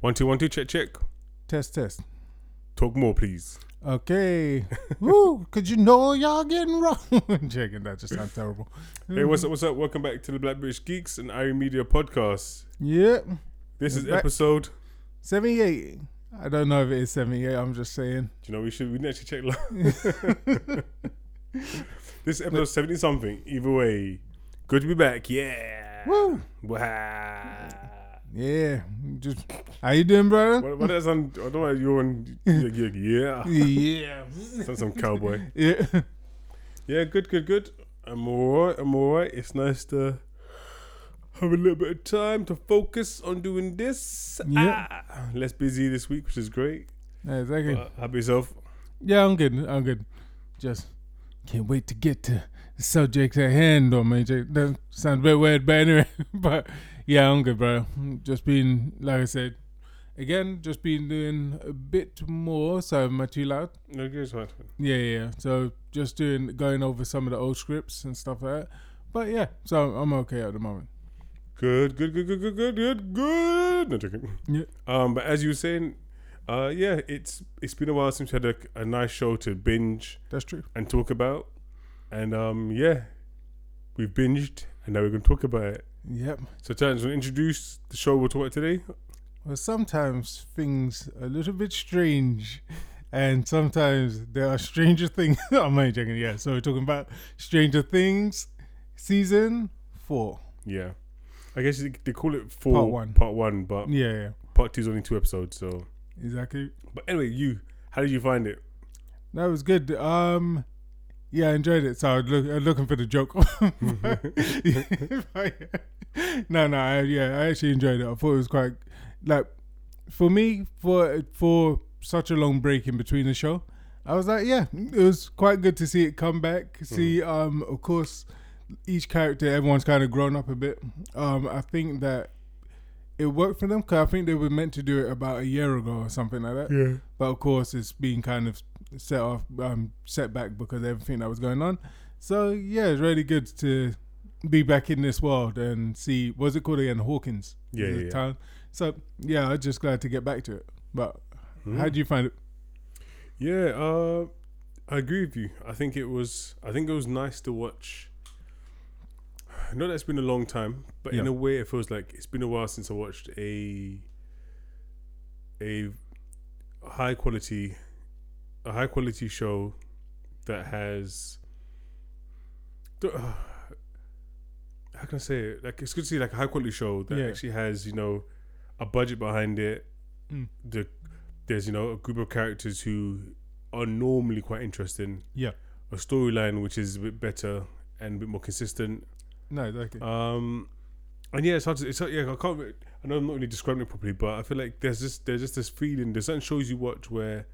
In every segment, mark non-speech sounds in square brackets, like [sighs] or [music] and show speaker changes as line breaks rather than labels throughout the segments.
One two one two. Check check.
Test, test.
Talk more, please.
Okay. [laughs] Woo, because you know y'all getting wrong. [laughs] Checking that just sounds terrible.
Hey, what's up? What's up? Welcome back to the Black British Geeks and Iron Media podcast.
Yep.
This is
Back-
episode. Do
78. I don't know if it is 78. I'm just saying.
you know we should we need to check. [laughs] this is episode seventy something. Either way, good to be back. Yeah.
Woo.
Wah.
Yeah. Just how you doing, brother?
What, what is on? I don't know. You're on. Yeah.
[laughs]
yeah, yeah.
Yeah.
Sound some cowboy.
yeah.
Yeah, good, good, good. I'm alright, I'm alright. It's nice to have a little bit of time to focus on doing this.
Yeah.
Ah, less busy this week, which is great.
Yeah, exactly.
Uh, happy yourself.
Yeah, I'm good. I'm good. Just can't wait to get to the subject at hand, though, man. Ju- That sounds a bit weird, but anyway. [laughs] but yeah, I'm good, bro. Just been, like I said, again, just been doing a bit more. So am I too loud?
No, good, it's fine.
Yeah, yeah. yeah. So just doing, going over some of the old scripts and stuff like that. But yeah, so I'm okay at the moment.
Good, good, good, good, good, good, good, good. No joking.
Yeah.
Um, but as you were saying, uh, yeah, it's it's been a while since we had a, a nice show to binge
That's true.
and talk about, and um, yeah, we binged and now we're gonna talk about it.
Yep.
So, Terrence, want to introduce the show we'll talk about today?
Well, sometimes things a little bit strange, and sometimes there are stranger [laughs] things. I'm only joking. Yeah, so we're talking about Stranger Things, season four.
Yeah. I guess they they call it for
Part one.
part one, but
Yeah, yeah,
part two's only two episodes. So,
exactly.
but anyway, you, how did you find it?
That was good. Um, yeah, I enjoyed it. So I was look, I was looking for the joke. [laughs] no, no, I, yeah, I actually enjoyed it. I thought it was quite like for me for for such a long break in between the show. I was like, yeah, it was quite good to see it come back. See, um, of course, each character, everyone's kind of grown up a bit. Um, I think that it worked for them because I think they were meant to do it about a year ago or something like that
Yeah.
but of course it's been kind of set off um set back because of everything that was going on so yeah it's really good to be back in this world and see what's it called again hawkins is
Yeah,
the
yeah, yeah.
town so yeah i'm just glad to get back to it but
Hmm?
how do you find it
Yeah, uh, I agree with you. I think it was, I think it was nice to watch. [sighs] I know that's been a long time, but in
Yeah.
a way, it feels like it's been a while since I watched a a high quality a high quality show that has. don't- [sighs] how can I say it? Like it's good to see like a high quality show that
Yeah.
actually has you know a budget behind it.
Mm.
The there's you know a group of characters who are normally quite interesting.
Yeah.
a storyline which is a bit better and a bit more consistent.
no exactly
Um, and yeah, it's hard to. It's hard, yeah, I can't. re- I know I'm not really describing it properly, but I feel like there's just there's just this feeling. There's certain shows you watch where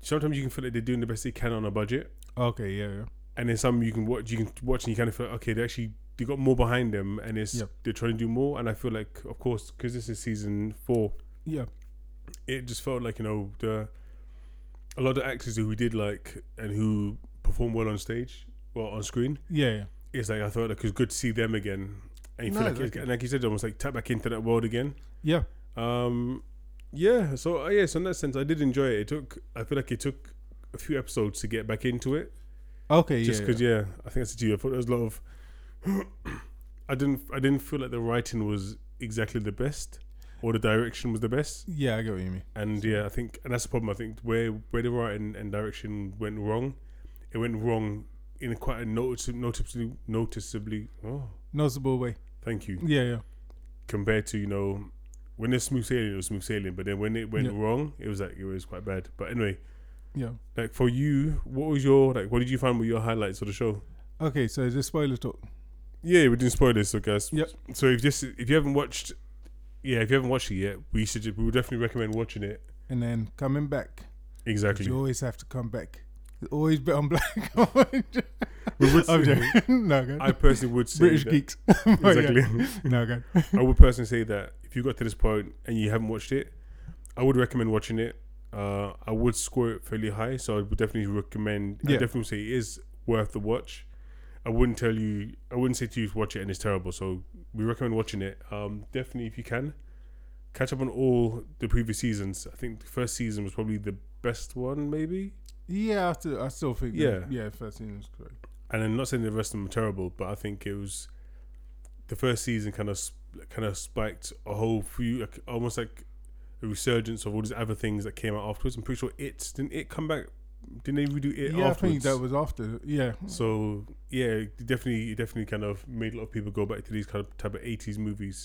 sometimes you can feel like they're doing the best they can on a budget,
okay yeah, yeah
and then some you can watch you can watch and you kind of feel okay they actually they got more behind them and it's
Yep.
they're trying to do more. And I feel like of course because this is season four,
yeah
it just felt like you know the a lot of actors who we did like and who perform well on stage, well on screen,
yeah yeah
it's like I thought like, it was good to see them again. And you feel
No,
like,
exactly.
and like you said, almost like tap back into that world again.
yeah
Um, yeah. So uh, yeah. So in that sense, I did enjoy it. It took. I feel like it took a few episodes to get back into it.
okay
Just
yeah, yeah.
because, yeah. I think I said to you, I thought there was a lot of. [clears throat] I didn't. I didn't feel like the writing was exactly the best, or the direction was the best.
yeah i get what you mean
And yeah, I think, and that's the problem. I think where where the writing and direction went wrong, it went wrong in quite a notice, noticeably noticeably. Oh,
noticeable way
thank you.
yeah yeah
compared to you know when it's smooth sailing, it was smooth sailing, but then when it went
Yeah.
wrong, it was like it was quite bad. But anyway,
yeah
like for you, what was your like? What did you find were your highlights of the show?
okay so just spoiler talk
Yeah, we're doing spoilers, so guys.
Yep.
So if this, if you haven't watched, yeah, if you haven't watched it yet, we should. We would definitely recommend watching it.
and then coming back
Exactly.
You always have to come back. Always bet on black. I'm
[laughs] We [laughs] would-
joking. [laughs] No, good.
I personally would say
British
that-
geeks. [laughs] But yeah.
Exactly.
No, good.
I would personally say that if you got to this point and you haven't watched it, I would recommend watching it. Uh, I would score it fairly high, so I would definitely recommend. I
Yeah.
definitely say it is worth the watch. I wouldn't tell you. I wouldn't say to you to watch it and it's terrible. So we recommend watching it. Um, definitely if you can, catch up on all the previous seasons. I think the first season was probably the best one, maybe.
Yeah, I still, I still think. Yeah,
Yeah.
yeah. First season was correct.
And I'm not saying the rest of them were terrible, but I think it was the first season kind of kind of spiked a whole few, like, almost like a resurgence of all these other things that came out afterwards. I'm pretty sure it didn't it come back. Didn't they redo it
yeah, I think
afterwards?
that was after. Yeah, [laughs]
So yeah, it definitely, it definitely kind of made a lot of people go back to these kind of type of eighties movies.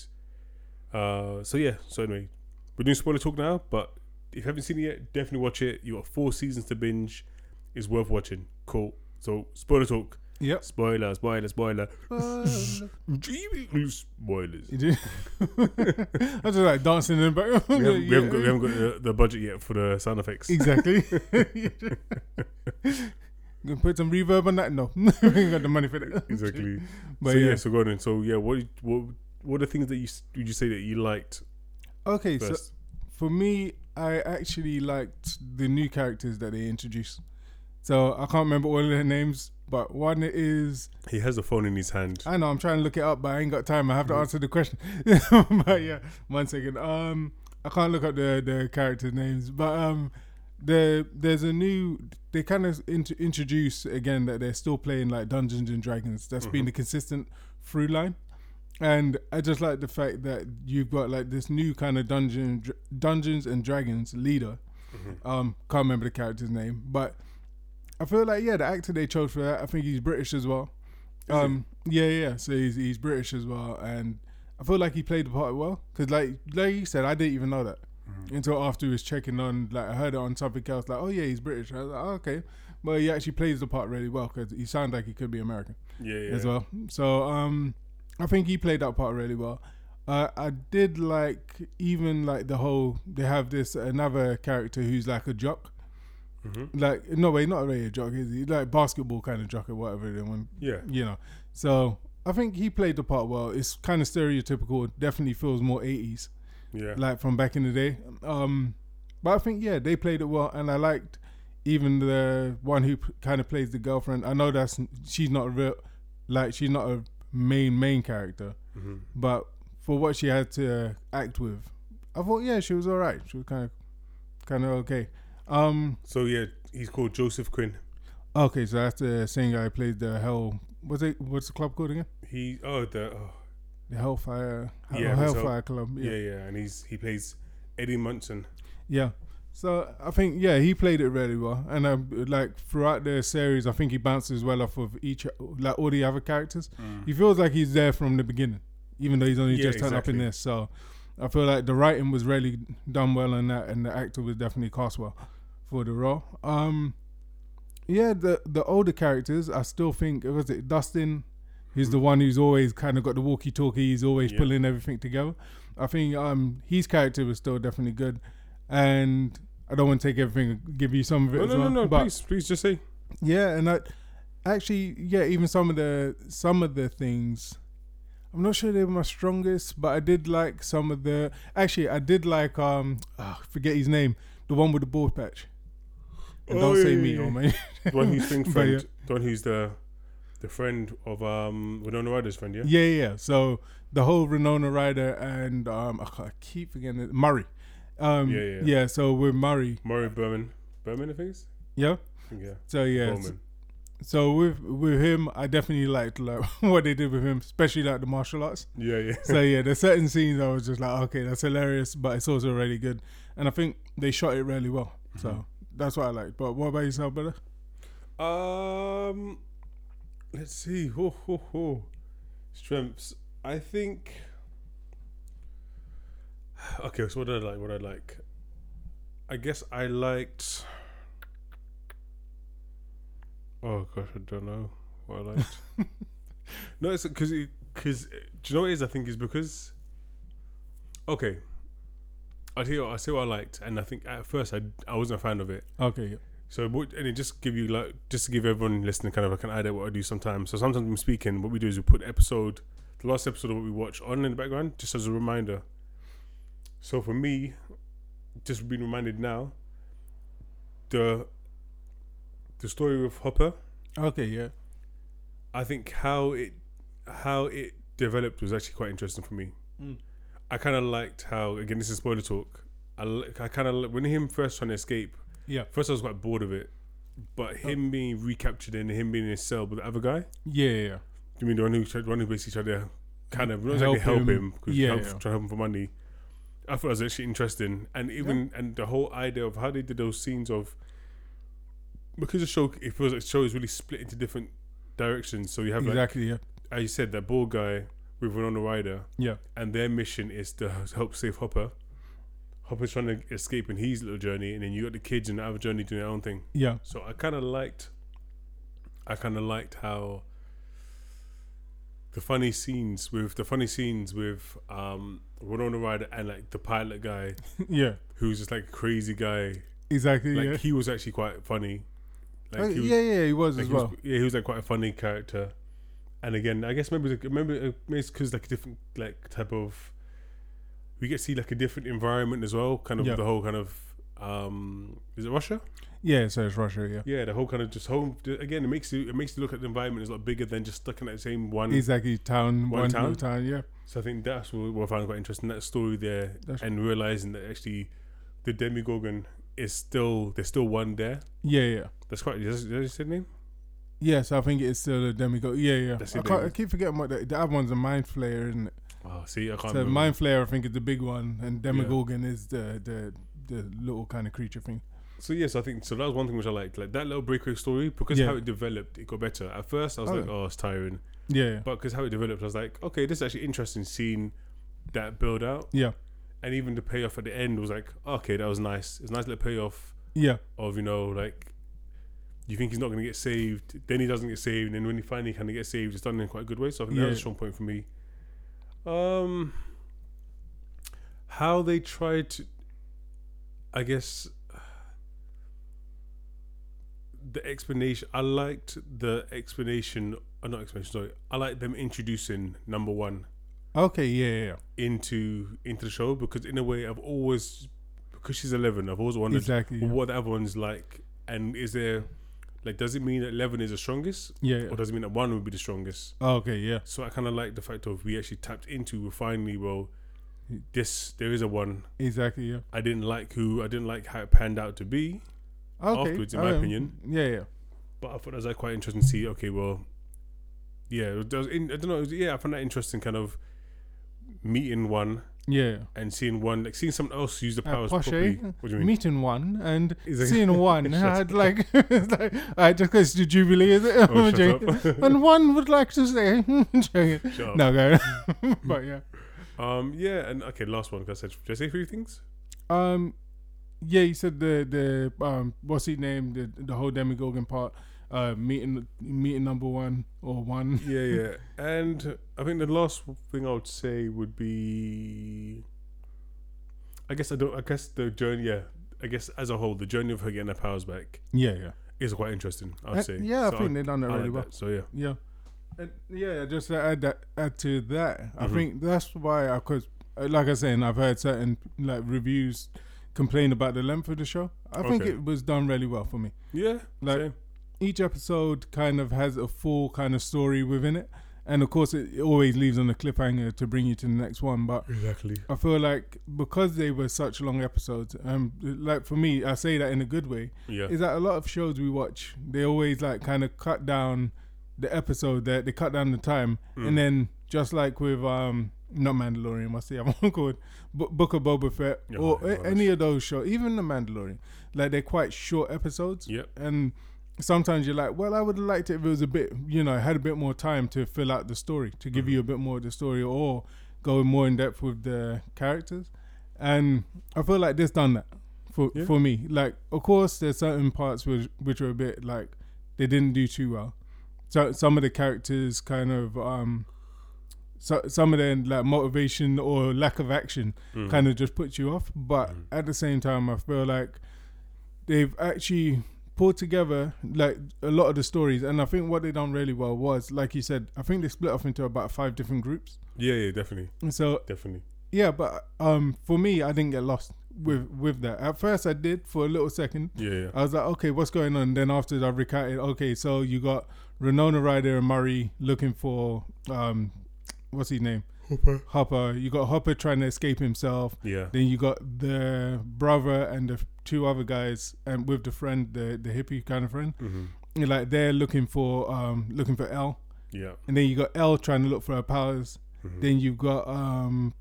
Uh, so yeah, so anyway, we're doing spoiler talk now, but if you haven't seen it yet, definitely watch it. You got four seasons to binge; it's worth watching. Cool. So spoiler talk,
yep.
spoiler, spoiler, spoiler, spoilers.
You did. [laughs] I was just like dancing in the back.
We haven't, we haven't got, we haven't got the, the budget yet for the sound effects. [laughs]
exactly. [laughs] Gonna put some reverb on that. No, [laughs] we ain't got the money for that.
Exactly.
But
so yeah.
yeah.
so Gordon. So yeah, what what what are the things that you s- would you say that you liked
[laughs] Okay, so
first?
for me, I actually liked the new characters that they introduced. So I can't remember all of their names, but one is
He has a phone in his hand.
I know I'm trying to look it up, but I ain't got time. I have to answer the question. [laughs] but yeah, one second. Um, I can't look up the the character names, but um, the there's a new they kind of int- introduce again that they're still playing like Dungeons and Dragons. That's been the consistent through line, and I just like the fact that you've got like this new kind of dungeon dr- Dungeons and Dragons leader. Um, can't remember the character's name, but I feel like yeah, the actor they chose for that. I think he's British as well. Um, yeah, yeah. yeah. So he's he's British as well, and I feel like he played the part well because like like you said, I didn't even know that until after he was checking on. Like I heard it on something else. Like oh yeah, he's British. I was like oh, okay, but he actually plays the part really well because he sounds like he could be American
Yeah, yeah.
as well. So um, I think he played that part really well. Uh, I did like even like the whole they have this another character who's like a jock. Like no way, not really a jock, is he? Like basketball kind of jock or whatever they want
Yeah,
you know. So I think he played the part well. It's kind of stereotypical. It definitely feels more eighties,
yeah,
like from back in the day. Um, but I think yeah, they played it well, and I liked even the one who p- kind of plays the girlfriend. I know that's she's not a real, like she's not a main main character, but for what she had to act with, I thought yeah, she was all right. She was kind of kind of okay. Um,
So yeah, he's called Joseph Quinn.
okay, so that's the same guy who played the hell. What's it? What's the club called again?
He oh the oh,
The Hellfire,
Yeah,
oh,
it was
Hellfire Club.
yeah.
Yeah.
yeah
yeah,
and he's he plays Eddie Munson.
So I think yeah, he played it really well, and um, like throughout the series, I think he bounces well off of each like all the other characters. He feels like he's there from the beginning, even though he's only
Mm. Yeah,
just turned up in
exactly.
this. So I feel like the writing was really done well on that, and the actor was definitely cast well for the role. Um, yeah, the the older characters, I still think was it Dustin, who's the one who's always kind of got the walkie-talkie. He's always
Yeah.
pulling everything together. I think um his character was still definitely good, and I don't want to take everything, give you some of it.
No,
as
no, no,
well,
no.
but
Please, please just say.
yeah, and I actually yeah, even some of the some of the things. I'm not sure they were my strongest, but I did like some of the. Actually, I did like um, ah, forget his name, the one with the ball patch. And don't say me, oh man.
The one who's string
[laughs] But
friend.
yeah.
The one who's the the friend of um Winona Ryder's friend. Yeah.
Yeah, yeah. yeah. So the whole Renona Ryder and um, I ca- I keep forgetting it, Murray. Um,
Yeah, yeah.
So with Murray,
Murray Berman. Berman, I think. it's-
yeah.
I think, Yeah.
So yeah.
Berman.
So with with him, I definitely liked like [laughs] what they did with him, especially like the martial
[laughs]
arts.
Yeah, yeah.
[laughs] so yeah, there's certain scenes I was just like, okay, that's hilarious, but it's also really good, and I think they shot it really well.
Mm-hmm.
So that's what I like. But what about yourself, brother?
Um, let's see. Ho ho ho. Strengths. I think. Okay, so what did I like? What did I like? I guess I liked. Oh gosh, I don't know what I liked. no, it's because because do you know what it is? I think is because. Okay. I tell you, what, I see what I liked, and I think at first I I wasn't a fan of it.
Okay, yeah.
So, what- and it just give you like just to give everyone listening kind of like an idea what I do sometimes. So sometimes I'm speaking. What we do is we put episode, the last episode of what we watch on in the background, just as a reminder. So for me, just being reminded now, the the story with Hopper,
okay, yeah, Mm.
I think how it how it developed was actually quite interesting for me. I kind of liked how again this is spoiler talk. I li- I kind of when him first trying to escape.
Yeah. Oh.
First, I was quite bored of it, but him being recaptured and him being in his cell with the other guy.
Yeah, yeah, yeah.
You mean the one who tried, the one who basically tried to kind of not
Help
exactly help
him.
him because
Yeah,
yeah, help,
yeah.
trying to help him for money. I thought it was actually interesting, and even and the whole idea of how they did those scenes of because the show it feels like the show is really split into different directions. So you have like
exactly. Yeah,
as you said that bald guy with Winona Ryder,
yeah,
and their mission is to [laughs] help save Hopper. Hopper's trying to escape in his little journey, and then you got the kids and the other journey doing their own thing.
yeah. [laughs]
So I kind of liked, I kind of liked how the funny scenes with the funny scenes with um Winona Ryder and like the pilot guy
yeah.
who's just like a crazy guy.
Exactly.
Like
yeah.
he was actually quite funny.
Uh,
he was,
yeah, yeah, he was
like,
as
he was-
well.
yeah, he was like quite a funny character. And again, I guess maybe it's like- maybe uh, maybe it's because like a different like type of we get to see like a different environment as well. Kind of
Yeah.
the whole kind of um is it Russia?
yeah, so it's Russia. Yeah,
Yeah, the whole kind of just whole again. It makes you it makes you look at the environment as a lot bigger than just looking at the same one.
exactly. Town,
Um, One
one,
town?
little town. Yeah,
so I think that's what, what I found quite interesting that story there
That's-
and realizing that actually the Demigorgon is still there's still one there.
yeah, yeah.
That's quite is that his name?
Yes, I think it's still a demigod. Yeah, yeah.
That's
I,
it,
can't, I
David.
keep forgetting what the, the other one's a mind flayer, isn't it?
Oh, see, I can't.
So
remember.
mind flayer, I think, is the big one, and demigorgon is the the the little kind of creature thing.
So yes, I think so. That was one thing which I liked, like that little breakaway story, because
Yeah.
how it developed, it got better. At first, I was
Oh,
like,
yeah.
oh, it's tiring,
Yeah,
but because how it developed, I was like, okay, this is actually interesting seeing that build out,
yeah,
and even the payoff at the end was like, okay, that was nice. It's a nice little payoff
yeah,
of you know like, you think he's not going to get saved, then he doesn't get saved, and then when he finally kind of gets saved, it's done in quite a good way. So I think that was
Yeah.
a strong point for me. Um, how they tried to, I guess, the explanation. I liked the explanation. Uh, not explanation. Sorry, I liked them introducing number one
yeah. Okay, yeah, yeah, yeah.
into into the show because in a way I've always because she's eleven. I've always wondered
exactly. Yeah,
what the other one's like, and is there like does it mean that eleven is the strongest,
yeah. yeah.
or does it mean that one would be the strongest?
Okay, yeah,
So I kind of like the fact of we actually tapped into finally well, this there is a one.
exactly. Yeah.
I didn't like who I didn't like how it panned out to be,
Okay.
Afterwards, in my
um,
opinion.
Yeah, yeah.
but I thought that was like quite interesting to see. Okay, well, yeah, it was in, I don't know. it was- yeah, I found that interesting, kind of meeting one
Yeah, yeah.
and seeing one like seeing someone else use the
Uh,
powers
Posh, eh?
properly. What do you mean?
meeting one and
Is it- [laughs]
seeing [laughs] one
Shut
had like, it's like all right, just because the jubilee is it?
Oh, shut
[laughs] Joking.
up.
and one would like to say, [laughs] Joking.
Shut up.
no, go, [laughs] but yeah,
Um, yeah, and okay, last one. 'cause I said, did I say three things?
um, yeah, you said the the um, what's he named the the whole demigorgon part, uh, meeting meeting number one or one,
Yeah, yeah, [laughs] and I think the last thing I would say would be, I guess I don't. I guess the journey. Yeah, I guess as a whole, the journey of her getting her powers back
yeah, yeah,
is quite interesting. I'd
Uh,
say.
yeah,
So
I think they done it
I
really
like
well.
that, So yeah,
Yeah, and yeah. Just to add that add to that, I
Mhm.
think that's why I could, like I said, I've heard certain like reviews complain about the length of the show. I think
Okay.
it was done really well for me.
yeah,
Like-
same.
Each episode kind of has a full kind of story within it, and of course, it, it always leaves on a cliffhanger to bring you to the next one. But
exactly.
I feel like because they were such long episodes, um, like for me, I say that in a good way
Yeah,
is that a lot of shows we watch, they always like kind of cut down the episode that they cut down the time, and then just like with um not Mandalorian, what's the other [laughs] one called? B- Book of Boba Fett
Yeah,
or
I know
a- any of those shows, even the Mandalorian, like they're quite short episodes,
yep.
and sometimes you're like, well, I would have liked it if it was a bit, you know, had a bit more time to fill out the story, to give you a bit more of the story, or go more in depth with the characters. And I feel like this done that for
Yeah.
for me. Like, of course, there's certain parts which which are a bit like they didn't do too well. So some of the characters kind of um. So, some of their like motivation or lack of action
Mm.
kind of just puts you off, but
Mm.
at the same time, I feel like they've actually pulled together like a lot of the stories and i think what they done really well was like you said i think they split off into about five different groups
Yeah, yeah, definitely,
and so
definitely.
yeah but um for me i didn't get lost with with that at first i did for a little second
Yeah, yeah.
i was like okay what's going on then after i recounted okay so you got renona ryder and murray looking for um what's his name
Hopper.
Hopper. You got Hopper trying to escape himself.
Yeah.
Then you got the brother and the two other guys, and with the friend, the the hippie kind of friend.
hmm
You're like they're looking for um looking for L,
Yeah.
and then you got L trying to look for her powers.
Mhm.
Then you've got um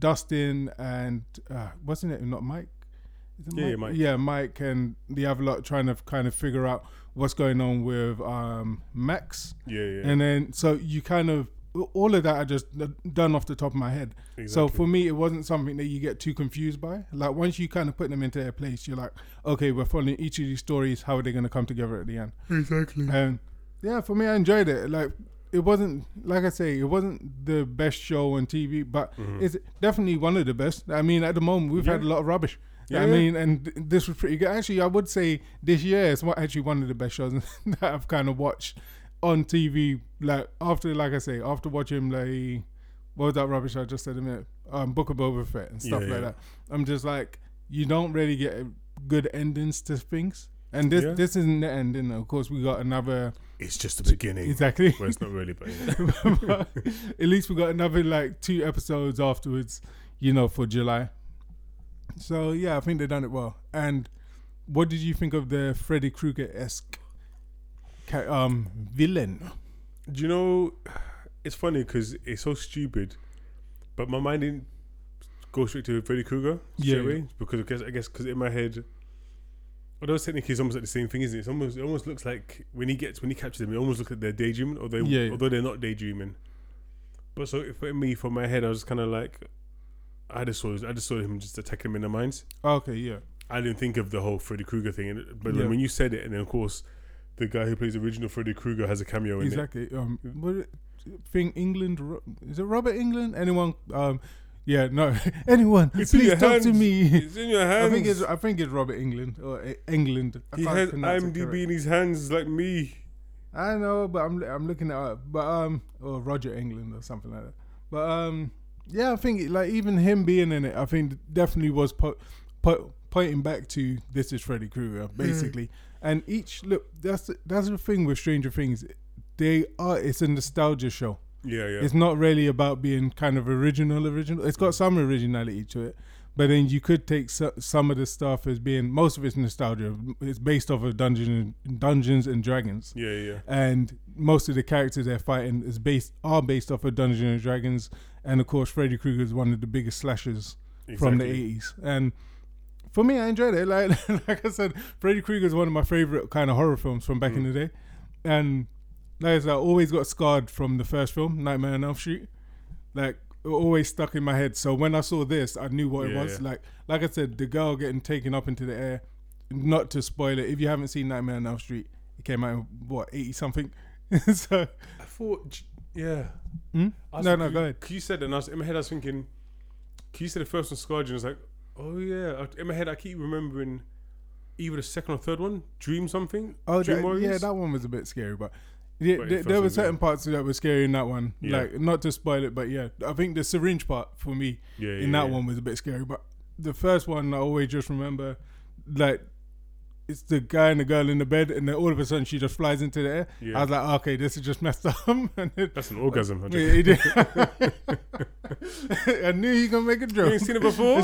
Dustin and uh, wasn't it not Mike? Is it
Yeah, yeah, Mike.
Yeah, Mike and the other lot trying to kind of figure out what's going on with um Max.
Yeah. Yeah.
And then, so you kind of, all of that I just uh, done off the top of my head.
exactly.
So for me, it wasn't something that you get too confused by. Like once you kind of put them into their place, you're like, okay, we're following each of these stories. How are they going to come together at the end?
exactly.
And yeah, for me, I enjoyed it. Like it wasn't, like I say, it wasn't the best show on TV, but
Mhm.
it's definitely one of the best. I mean, at the moment, we've had a
Yeah.
lot of rubbish.
Yeah,
I
yeah.
mean, and th- this was pretty good. Actually, I would say this year is one- actually one of the best shows [laughs] that I've kind of watched on TV. Like after, like I say, after watching like what was that rubbish I just said a minute, um, Book of Boba Fett and stuff
Yeah, yeah.
like that. I'm just like, you don't really get uh, good endings to things. And this
Yeah.
this isn't the ending. Of course, we got another [laughs]
It's just the beginning.
exactly.
Well, it's not really, but yeah.
[laughs] but at least we got another like two episodes afterwards, you know, for July. So yeah, I think they done it well. And what did you think of the Freddy Krueger esque um villain?
Do you know? It's funny because it's so stupid, but my mind didn't go straight to Freddy Krueger straight
Yeah.
away because I guess I guess because in my head, although it's technically it's almost like the same thing, isn't it? It's almost it almost looks like when he gets when he captures them, it almost looks like they're daydreaming, although
Yeah, yeah.
although they're not daydreaming. But so for me, for my head, I was kind of like, I just saw I just saw him just attacking them in their minds.
Okay, yeah,
I didn't think of the whole Freddy Krueger thing, and- but then
Yeah.
when you said it, and then of course, the guy who plays the original Freddy Krueger has a cameo in it.
exactly. Um, what thing England? Ro- Is it Robert England? Anyone? Um, yeah, no, [laughs] anyone.
It's in
please
your
talk to
hands.
me.
It's in your hands.
[laughs] I think it's I think it's Robert England or E- England. I
He
can't
has
pronounce it correctly.
IMDb in his hands like me.
I know, but I'm I'm looking it up. But um, or Roger England or something like that. But um, yeah, I think like even him being in it, I think definitely was po- po- pointing back to this is Freddy Krueger
Hmm.
basically. And each look, that's that's the thing with Stranger Things, they are it's a nostalgia show.
Yeah, yeah.
It's not really about being kind of original, original. It's got some originality to it, but then you could take so, some of the stuff as being most of it's nostalgia. It's based off of Dungeons Dungeons and Dragons
yeah, yeah.
and most of the characters they're fighting is based are based off of Dungeons and Dragons, and of course Freddy Krueger is one of the biggest slashers
Exactly.
from the eighties. And for me, I enjoyed it. [laughs] Like like I said, Freddy Krueger is one of my favorite kind of horror films from back in
Mm.
the day, and like I said, I always got scarred from the first film, Nightmare on Elm Street. Like it always stuck in my head. So when I saw this, I knew what it
Yeah,
was.
yeah.
Like like I said, the girl getting taken up into the air. Not to spoil it, if you haven't seen Nightmare on Elm Street, it came out in what eighty something. [laughs] so
I thought, j- yeah.
Hmm?
I was
No, no,
thinking-
go ahead.
'cause You said that, and I was, in my head, I was thinking, 'cause you said the first one, Scourge, and I was like, oh, yeah. I- In my head, I keep remembering either the second or third one, Dream Something.
oh
Dream
that- yeah,
Warriors?
that one was a bit scary, but yeah,
But it
there,
felt
there
so
were
good.
certain parts that were scary in that one.
Yeah.
Like not to spoil it, but yeah, I think the syringe part for me
yeah, yeah,
in that
yeah.
one was a bit scary. But the first one, I always just remember, like, it's the guy and the girl in the bed, and then all of a sudden she just flies into the air.
Yeah.
I was like, okay, this is just messed [laughs] up. and then,
That's an orgasm. I
Yeah,
just-
he did. [laughs] I knew he gonna make
[laughs]
a
you
joke. [laughs]
ain't seen it before?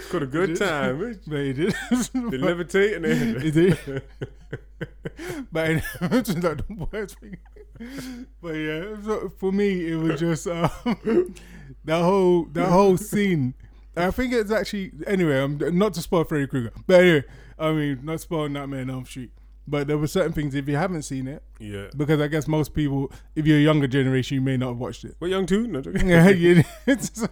It's got a good
Did-
time. eh?
but he did. [laughs]
They levitate and they.
He did. but it was like the worst thing. But yeah, so for me, it was just um, [laughs] that whole that whole scene. I think it's actually anyway. I'm not to spoil Freddy Krueger, but anyway, I mean, not spoiling Nightmare on Elm Street. But there were certain things if you haven't seen it,
[laughs] Yeah.
because I guess most people, if you're a younger generation, you may not have watched it. [laughs]
We're young too? No, joking.
Yeah, you did. so,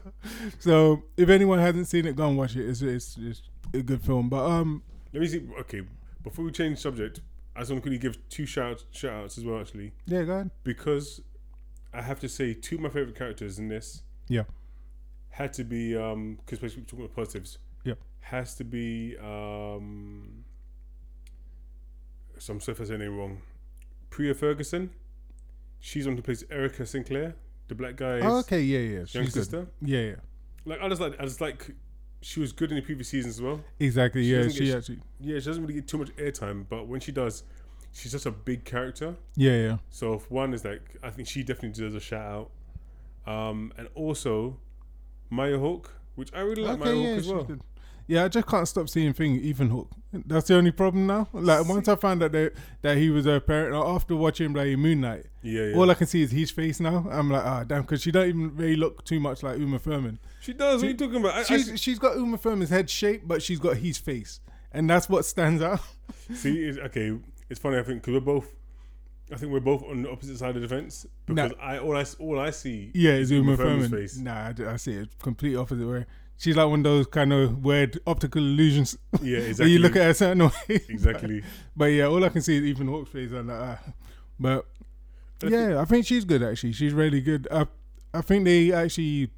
so if anyone hasn't seen it, go and watch it. It's it's, it's a good film. But um,
Let me see. Okay, before we change subject, I just want to quickly give two shout shout outs as well, actually,
yeah, go ahead.
because I have to say two of my favorite characters in this
Yeah,
had to be um because we're talking about positives.
Yeah.
has to be um. So I'm sorry if I say her name wrong. Priya Ferguson, she's the one who plays Erica Sinclair, the black guy's
Oh, okay, yeah, yeah,
young
she's good.
sister.
Yeah, yeah,
Like I just like I just like she was good in the previous seasons as well.
exactly.
She
yeah,
doesn't
she
get-
actually.
Yeah, she doesn't really get too much airtime, but when she does, she's such a big character.
Yeah, yeah.
So if one is like, I think she definitely deserves a shout out. Um, and also, Maya Hawk, which I really like Maya
yeah,
Hawk as
she's
well.
good. Yeah, I just can't stop seeing thing Ethan Hook. That's the only problem now. Like once I found out that that he was her parent like, after watching Bloody Moon Knight,
Yeah, yeah.
all I can see is his face now. I'm like, ah, damn, because she don't even really look too much like Uma Thurman.
she does. What are you talking about? I,
She's
I,
she's got Uma Thurman's head shape, but she's got his face, and that's what stands out. [laughs]
see, it's, okay, it's funny. I think because we're both, I think we're both on the opposite side of the fence because I all I s- all I
[laughs]
see.
Yeah, it's Uma,
Uma Thurman's
Thurman.
face.
Nah, I, d- I see it complete opposite way. She's like one of those kind of weird optical illusions.
Yeah,
where
exactly.
you look at her a certain way.
exactly.
But yeah, all I can see is Ethan Hawke's face and like, ah. But
I
yeah, I think she's good actually. She's really good. I I think they actually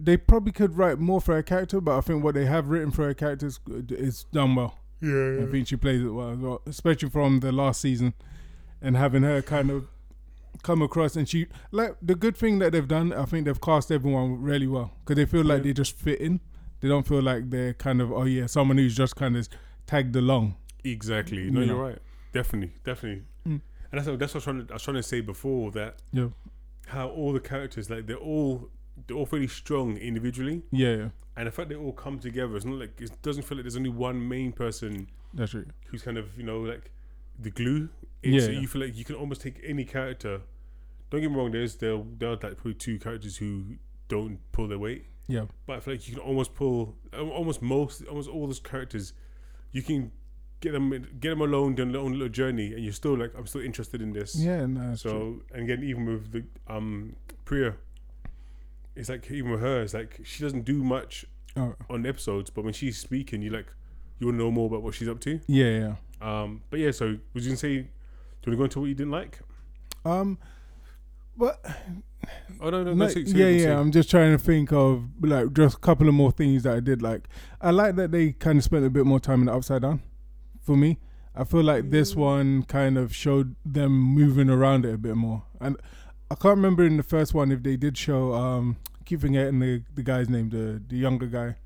they probably could write more for her character, but I think what they have written for her character is, good- is done well.
Yeah.
I think she plays it well as well, especially from the last season and having her kind of come across and she like the good thing that they've done. I think they've cast everyone really well because they feel like
Yeah.
they just fit in. They don't feel like they're kind of oh yeah someone who's just kind of tagged along.
Exactly. No,
You
you're
know.
right. Definitely, definitely.
Mm.
And that's what, that's what I was, trying to, I was trying to say before that
Yeah,
how all the characters like they're all they're all fairly strong individually,
yeah, yeah.
and the fact they all come together, it's not like it doesn't feel like there's only one main person
that's right.
who's kind of you know like the glue. It's,
Yeah.
You feel like you can almost take any character. Don't get me wrong. There's there there are like probably two characters who don't pull their weight,
Yeah,
but I feel like you can almost pull al- almost most almost all those characters. You can get them get them alone on their own little journey, and you're still like I'm still interested in this.
yeah, no, that's true.
So and again, even with the um Priya, it's like even with her, it's like she doesn't do much
Oh,
on episodes, but when she's speaking, you like you want to know more about what she's up to.
yeah, yeah.
Um, but yeah, so was you gonna say? Do you want to go into what you didn't like?
Um, but
Oh no, no,
no,
that's it. So
yeah,
you can
yeah.
say-
I'm just trying to think of like just a couple of more things that I did like. I like that they kind of spent a bit more time in the upside down. For me, I feel like this one kind of showed them moving around it a bit more. And I can't remember in the first one if they did show. Um, keep forgetting the the guy's name, the the younger guy.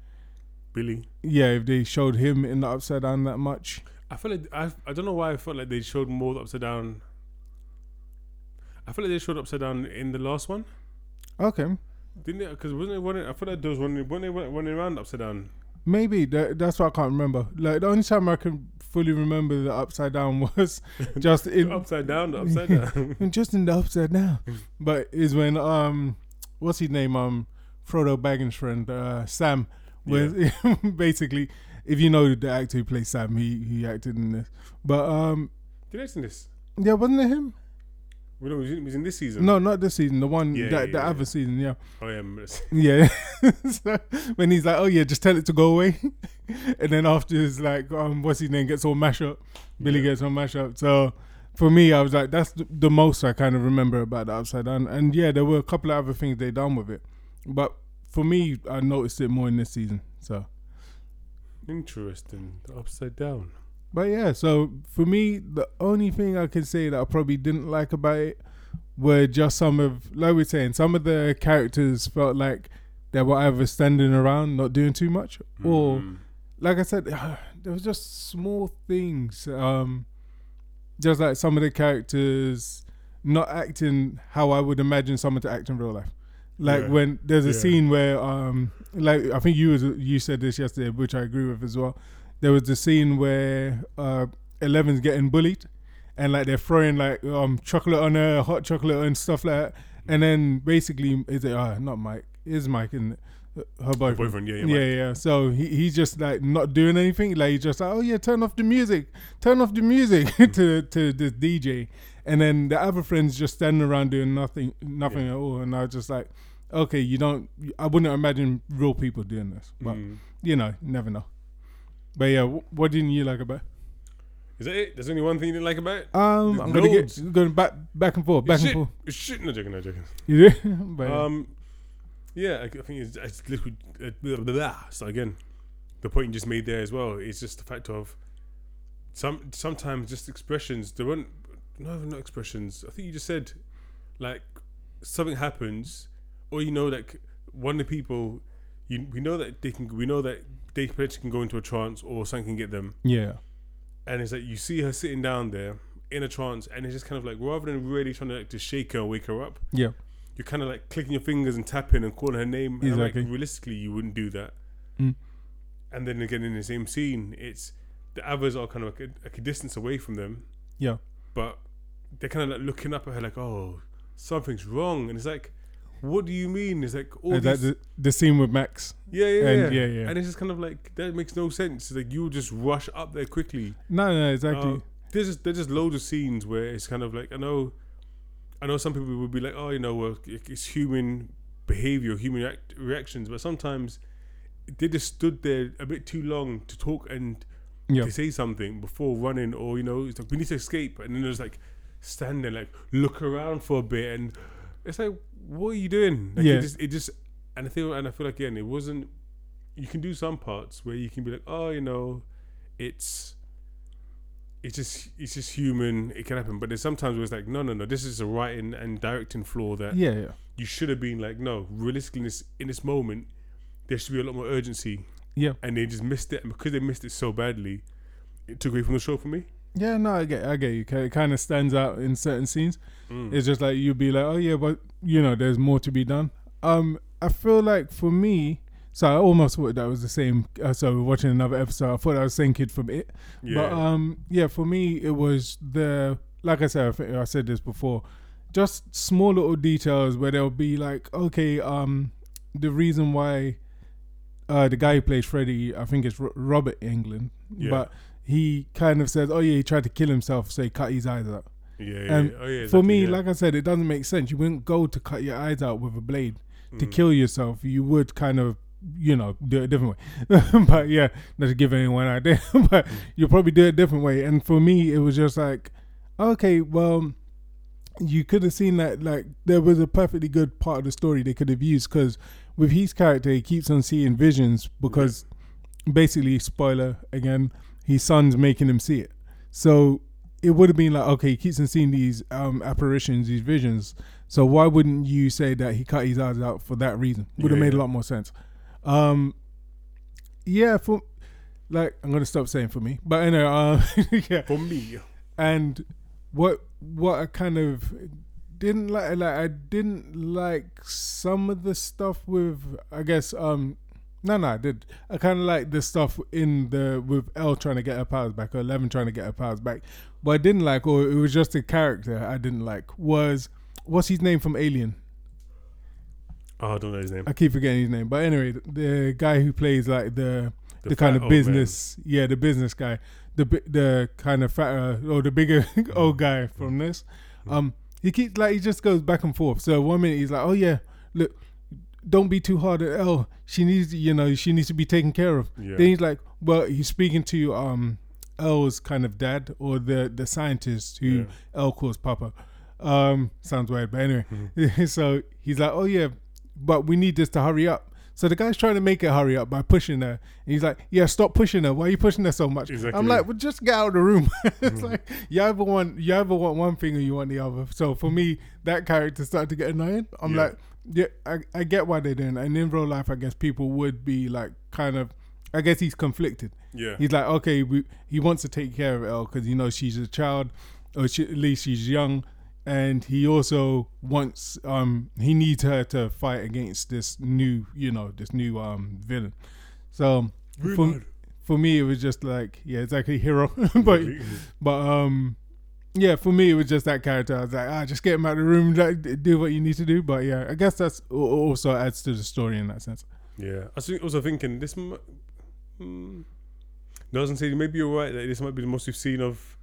Billy.
Yeah, if they showed him in the upside down that much.
I feel like I, I don't know why I felt like they showed more the upside down. I feel like they showed upside down in the last one,
Okay,
didn't they? Because wasn't it one? I feel like there was one when they went running around upside down.
Maybe that, that's what I can't remember. Like the only time I can fully remember the upside down [laughs]
[laughs]
was just
The
in
upside down,
[laughs]
the upside down. [laughs]
just in the upside down. But is when um, what's his name um, Frodo Baggins' friend uh, Sam was [laughs] basically if you know the actor who plays Sam, he he acted in this. But um,
Did I see this?
yeah, wasn't it him?
We know it was in this season.
No, not this season. The one
Yeah,
that
yeah,
the
yeah,
other
yeah.
season. Yeah.
Oh yeah, I remember this. [laughs]
Yeah. [laughs] So, when he's like, oh yeah, just tell it to go away. [laughs] and then after it's like, um, what's his name gets all mash up. Billy
Yeah.
gets all mash up. So for me, I was like, that's the, the most I kind of remember about the Upside Down. And yeah, there were a couple of other things they done with it. But for me, I noticed it more in this season. So,
Interesting. The upside down.
but yeah, so for me, the only thing I can say that I probably didn't like about it were just some of, like we're saying, some of the characters felt like they were either standing around, not doing too much, or
Mm.
like I said, [sighs] there was just small things. Um, just like some of the characters not acting how I would imagine someone to act in real life. Like
Yeah.
when there's a
Yeah.
scene where, um, like I think you was, you said this yesterday, which I agree with as well. There was the scene where uh, Eleven's getting bullied, and like they're throwing like um chocolate on her, hot chocolate and stuff like that. And then basically, is it uh, not Mike? Is Mike and her boyfriend?
boyfriend. Yeah, yeah.
Yeah,
right.
yeah. So he, he's just like not doing anything. Like he's just like, oh yeah, turn off the music, turn off the music [laughs] to to the DJ, and then the other friends just standing around doing nothing, nothing at all. And I was just like, okay, you don't. I wouldn't imagine real people doing this, but
Mm.
you know, you never know. But yeah, wh- what didn't you like about? it?
Is that it? There's only one thing you didn't like about it?
Um, I'm gonna
Loads.
get going back back and forth, back
shit.
and forth. [laughs]
Shit. No joking. No joking.
You do? but, yeah.
Um, yeah, I, I think it's, it's liquid. Uh, blah, blah, blah. So again, the point you just made there as well is just the fact of some sometimes just expressions. There weren't no not expressions. I think you just said like something happens, or you know, like one of the people. You, we know that they can. We know that they potentially can go into a trance, or something can get them.
yeah,
and it's like you see her sitting down there in a trance, and it's just kind of like rather than really trying to like to shake her and wake her up,
Yeah.
you're kind of like clicking your fingers and tapping and calling her name. And I'm like,
Exactly.
realistically, you wouldn't do that.
Mm.
And then again, in the same scene, it's the others are kind of like a, like a distance away from them,
Yeah.
but they're kind of like looking up at her like, oh, something's wrong. And it's like, what do you mean? It's like all
Is that
these-
the, the scene with Max?
yeah, yeah,
and-
yeah,
yeah, yeah.
And it's just kind of like that makes no sense. It's like you just rush up there quickly.
No, no, exactly.
Uh, there's just there's just loads of scenes where it's kind of like I know, I know some people would be like, oh, you know, well, it- it's human behavior, human react- reactions, but sometimes they just stood there a bit too long to talk and
Yeah.
to say something before running, or you know, it's like we need to escape, and then there's like stand there, like look around for a bit, and it's like, what are you doing? Like,
Yeah.
It just, it just, and I think, and I feel like again, it wasn't. You can do some parts where you can be like, oh, you know, it's it's just it's just human. It can happen. But there's sometimes where it's like, no, no, no. This is a writing and directing flaw that
yeah, yeah.
you should have been like, no. Realistically, in this, in this moment, there should be a lot more urgency.
Yeah.
And they just missed it, and because they missed it so badly, it took away from the show for me.
Yeah, no, I get, I get you. It kind of stands out in certain scenes.
Mm.
It's just like you'd be like, oh yeah, but you know, there's more to be done. Um, I feel like for me, so I almost thought that was the same. Uh, so we're watching another episode. I thought that was the same kid from it.
Yeah.
But um, yeah, for me, it was the like I said, I, think I said this before, just small little details where they'll be like, okay, um, the reason why, uh, the guy who plays Freddy, I think it's Ro- Robert England,
Yeah.
but he kind of says, oh yeah, he tried to kill himself, so he cut his eyes out.
yeah. yeah,
um,
yeah. Oh, yeah.
For
exactly,
me,
yeah.
like I said, it doesn't make sense. You wouldn't go to cut your eyes out with a blade to
Mm.
kill yourself. You would kind of, you know, do it a different way. [laughs] but yeah, not to give anyone an idea, [laughs] but you probably do it a different way. And for me, it was just like, okay, well, you could have seen that. Like there was a perfectly good part of the story they could have used because with his character, he keeps on seeing visions because basically, spoiler again, his son's making him see it. So it would have been like, okay, he keeps on seeing these um, apparitions, these visions. So why wouldn't you say that he cut his eyes out for that reason? Would have
Yeah,
made a
yeah.
lot more sense. Um, yeah, for like I'm gonna stop saying for me, but anyway, um, [laughs] yeah.
For me,
And what what I kind of didn't like, like I didn't like some of the stuff with, I guess, um, no, no, I did. I kind of like the stuff in the with L trying to get her powers back or Eleven trying to get her powers back. What I didn't like, or it was just a character I didn't like, was what's his name from Alien?
oh, I don't know his name.
I keep forgetting his name, but anyway, the, the guy who plays like the the,
fat
kind
old
of
man.
business, yeah, the business guy, the bi- the kind of fatter or the bigger [laughs]
Mm.
old guy from this. Um, he keeps like he just goes back and forth. So one minute he's like, "Oh yeah, look, don't be too hard at L. She needs, you know, she needs to be taken care of."
Yeah.
Then he's like, "Well, he's speaking to um L's kind of dad or the the scientist who
Yeah.
L calls Papa." Um, sounds weird, but anyway.
Mm-hmm.
[laughs] so he's like, "Oh yeah, but we need this to hurry up." So the guy's trying to make it hurry up by pushing her, and he's like, "Yeah, stop pushing her. Why are you pushing her so much?"
Exactly.
I'm like, well, just get out of the room. [laughs] it's like you either want you either want one thing or you want the other. So for me, that character started to get annoying. I'm
Yeah.
like, yeah, I, I get why they're doing, it. and in real life, I guess people would be like, kind of, I guess he's conflicted.
Yeah.
He's like, okay, we, he wants to take care of Elle because you know she's a child, or she, at least she's young, and he also wants, um, he needs her to fight against this new, you know, this new um villain. So for,
Rhubarb.
for me, it was just like, yeah, it's like a hero, [laughs] but but um, yeah, for me, it was just that character. I was like, ah, just get him out of the room, like, d- do what you need to do. But yeah, I guess that's al- also adds to the story in that sense.
Yeah, I was also thinking this. m mm, no, I was gonna say maybe you're right. Like, this might be the most we've seen of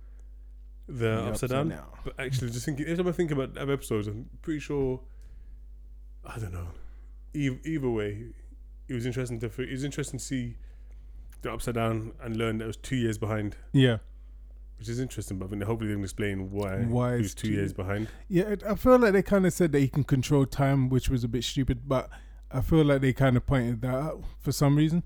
the
Yeah,
Uh, upside
so
down.
now.
But actually, just thinking every time I think about that episodes, I'm pretty sure. I don't know. Either, either way, it was interesting to it was interesting to see the upside down and learn that it was two years behind,
Yeah.
which is interesting. But I think hopefully they can explain why,
Why
it
it's
was two
two-
years behind.
Yeah, it- I feel like they kind of said that he can control time, which was a bit stupid, but I feel like they kind of pointed that out for some reason.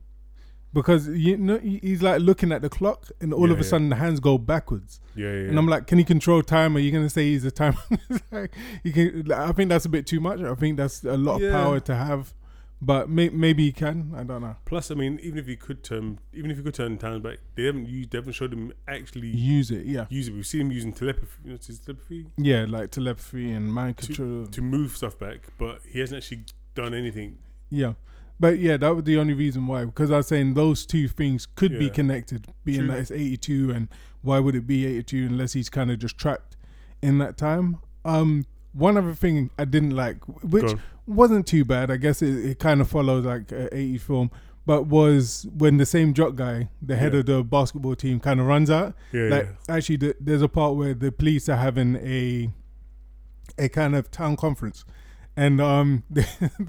Because you know he- he's like looking at the clock, and all
Yeah,
of a
yeah.
sudden the hands go backwards,
Yeah, yeah.
and I'm like, "Can he control time? [laughs] Are you gonna say he's a time?" It's like, you can, like, I think that's a bit too much. I think that's a lot
Yeah.
of power to have but may- maybe he can. I don't know.
Plus, I mean, even if you could turn, even if you could turn time back, they haven't used, they haven't showed him actually
Use it, yeah,
use it. We've seen him using telepathy, you know, it's his telepathy
yeah, like telepathy and mind control.
to move stuff back, but he hasn't actually done anything.
Yeah, but yeah, that was the only reason why. Because I was saying those two things could be
Yeah.
connected, being
True.
that it's eighty-two, and why would it be eighty-two unless he's kind of just trapped in that time? Um, one other thing I didn't like, which
Go on.
wasn't too bad, I guess it, it kind of follows like a eighty film, but was when the same jock guy, the head
Yeah.
of the basketball team, kind of runs out.
Yeah,
like actually th- there's a part where the police are having a a kind of town conference and um [laughs] the,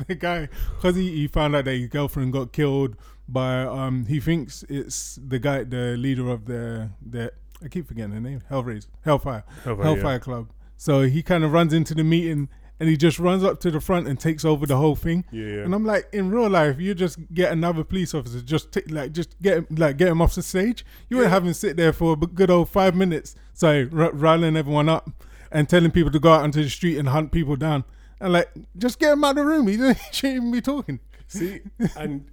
the guy because he, he found out that his girlfriend got killed by um he thinks it's the guy the leader of the the i keep forgetting the name hellraiser hellfire
Oh, yeah. Hellfire, yeah.
hellfire club so he kind of runs into the meeting and he just runs up to the front and takes over the whole thing
Yeah, yeah.
and I'm like, in real life, you just get another police officer, just t- like just get him, like get him off the stage. You wouldn't have him sit there for a b- good old five minutes, so r- riling everyone up and telling people to go out onto the street and hunt people down. And like, just get him out of the room. He [laughs] shouldn't even be talking.
See, and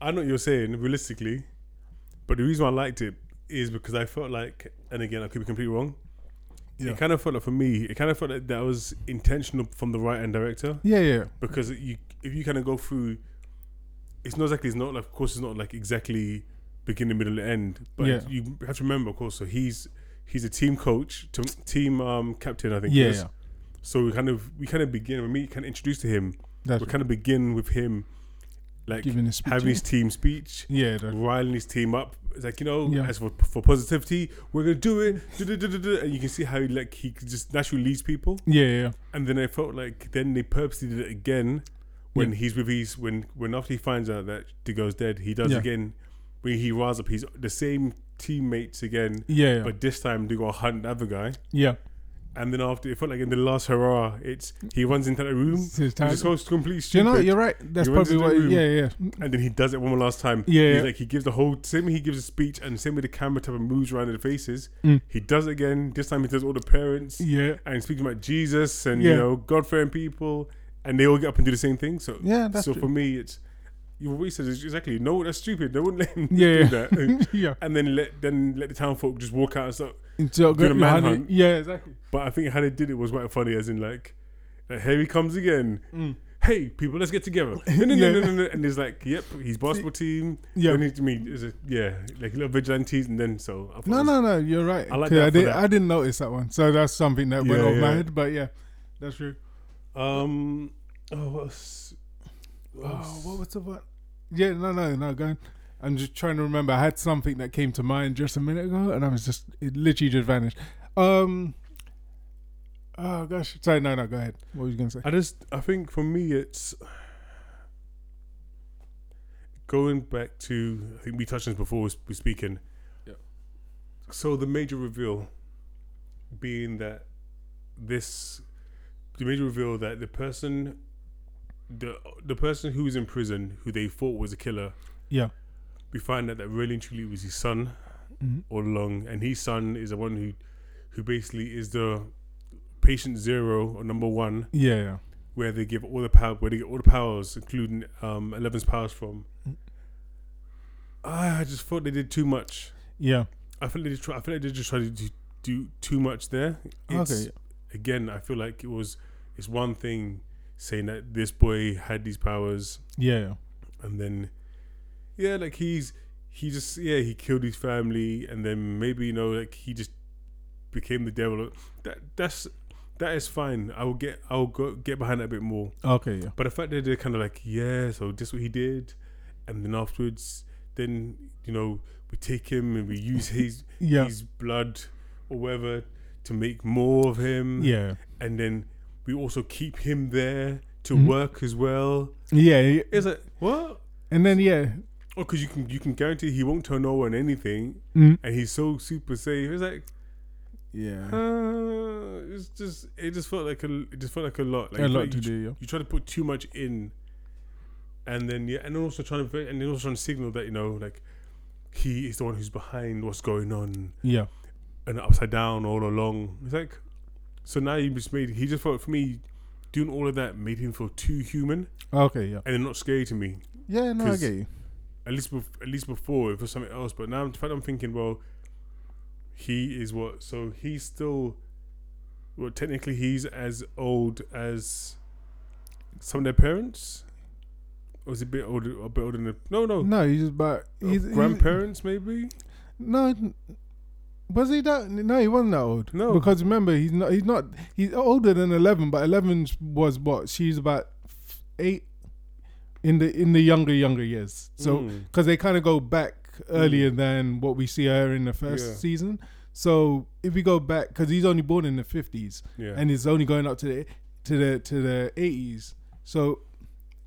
I know what you're saying realistically, but the reason why I liked it is because I felt like, and again, I could be completely wrong.
Yeah.
It kind of felt like for me, it kind of felt like that was intentional from the right hand director
Yeah, yeah,
because you, if you kind of go through, it's not exactly, it's not like, of course, it's not like exactly beginning, middle, and end, but
Yeah.
you have to remember, of course, so he's he's a team coach, to, team um, captain, I think. he
yeah.
is.
yeah.
So we kind of we kind of begin when we kind of introduce to him,
That's
we kind of begin with him, like
giving a speech.
having his team speech,
yeah, that,
riling his team up. It's like you know,
Yeah.
as for, for positivity, we're gonna do it. du-du-du-du-du, And you can see how he like he just naturally leads people.
yeah, yeah,
And then I felt like then they purposely did it again when he's with his when when after he finds out that Digo's dead, he does
Yeah.
again when he riles up. He's the same teammates again,
yeah, yeah.
but this time they go hunt the other guy.
yeah.
And then after it felt like in the last hurrah, it's he runs into the room.
his time.
He's goes complete
Do you
stupid.
know? You're right. That's
He runs
probably
into
what.
the room.
Yeah, yeah,
and then he does it one more last time.
Yeah,
he's
yeah.
like he gives the whole same. way He gives a speech and same way the camera type of moves around their faces.
Mm.
He does it again. This time he does all the parents
yeah. [laughs]
and speaks about Jesus and
Yeah.
you know God fearing people, and they all get up and do the same thing. So
Yeah, that's
so
true.
for me, it's you what he says is exactly no, that's stupid. They wouldn't let him [laughs]
Yeah,
do
yeah.
that.
[laughs] yeah.
and then let then let the town folk just walk out and stuff.
So,
Doing a
yeah, honey.
manhunt.
Yeah, exactly.
But I think how they did it was quite funny, as in like, like, here he comes again.
Mm.
Hey people, let's get
[laughs]
together. No, no,
Yeah.
no, no, no, no. And he's like, yep, he's basketball team.
Yeah.
Yeah, I mean, is it, yeah, like little vigilantes, and then so. I thought
No,
it was-
no, no. You're right.
I like
'Cause
that
I,
for
did,
that.
I didn't notice that one. So that's something that went
Yeah,
over my
yeah.
head. But yeah, that's true.
Um. Oh, what else?
Oh, what was the one? Yeah, no, no, no. Go on. I'm just trying to remember. I had something that came to mind just a minute ago, and I was just it literally just vanished. Um. Oh gosh. Sorry. No, no. Go ahead. What were you gonna say?
I just, I think for me, it's going back to. I think we touched on this before we were speaking.
Yeah.
So the major reveal, being that this, the major reveal that the person, the the person who was in prison, who they thought was a killer,
Yeah.
we find out that really and truly it was his son
Mhm.
all along, and his son is the one who, who basically is the patient zero or number one
Yeah. Yeah.
where they give all the power, where they get all the powers, including um, Eleven's powers from. I just thought they did too much.
Yeah.
I feel they did try, I feel like they just tried to do, do too much there. It's,
Okay.
Again, I feel like it was it's one thing saying that this boy had these powers,
Yeah. Yeah.
and then yeah, like he's he just yeah he killed his family, and then maybe you know like he just became the devil. That that's that is fine. I will get I will go get behind that a bit more.
Okay. Yeah.
But the fact that they're kind of like, yeah, so this what he did, and then afterwards, then you know we take him and we use his
[laughs] Yeah.
his blood or whatever to make more of him,
Yeah.
and then we also keep him there to
Mhm.
work as well.
Yeah. yeah.
It's like what?
And then yeah.
Oh, because you can you can guarantee he won't turn over on anything,
Mm.
and he's so super safe. It's like
Yeah.
uh, it's just it just felt like a it just felt like a lot. Like,
A
you felt
lot
like
to
you
do. Yeah.
you try to put too much in, and then yeah, and then also trying to and then also trying to signal that you know like he is the one who's behind what's going on
Yeah.
and upside down all along. It's like so now you just made he just felt for me doing all of that made him feel too human
Okay, yeah,
and they're not scary to me.
yeah. No, I
'Cause-
get you.
At least, bef- at least before it was something else. But now, in fact, I'm thinking, well, he is what? So he's still, well, technically, he's as old as some of their parents. Or is he a bit older? A bit older than the, no, no,
No, he's just but
Uh,
he's, Mm. he's-
grandparents maybe.
No, was he that? No, he wasn't that old.
No.
because remember, he's not. He's not. He's older than eleven, but eleven was what? She's about f- eight in the in the younger younger years. So
Mm.
because they kind of go back earlier than what we see her in the first
Yeah.
season. So if we go back, because he's only born in the fifties
yeah,
and he's only going up to the to the to the eighties. So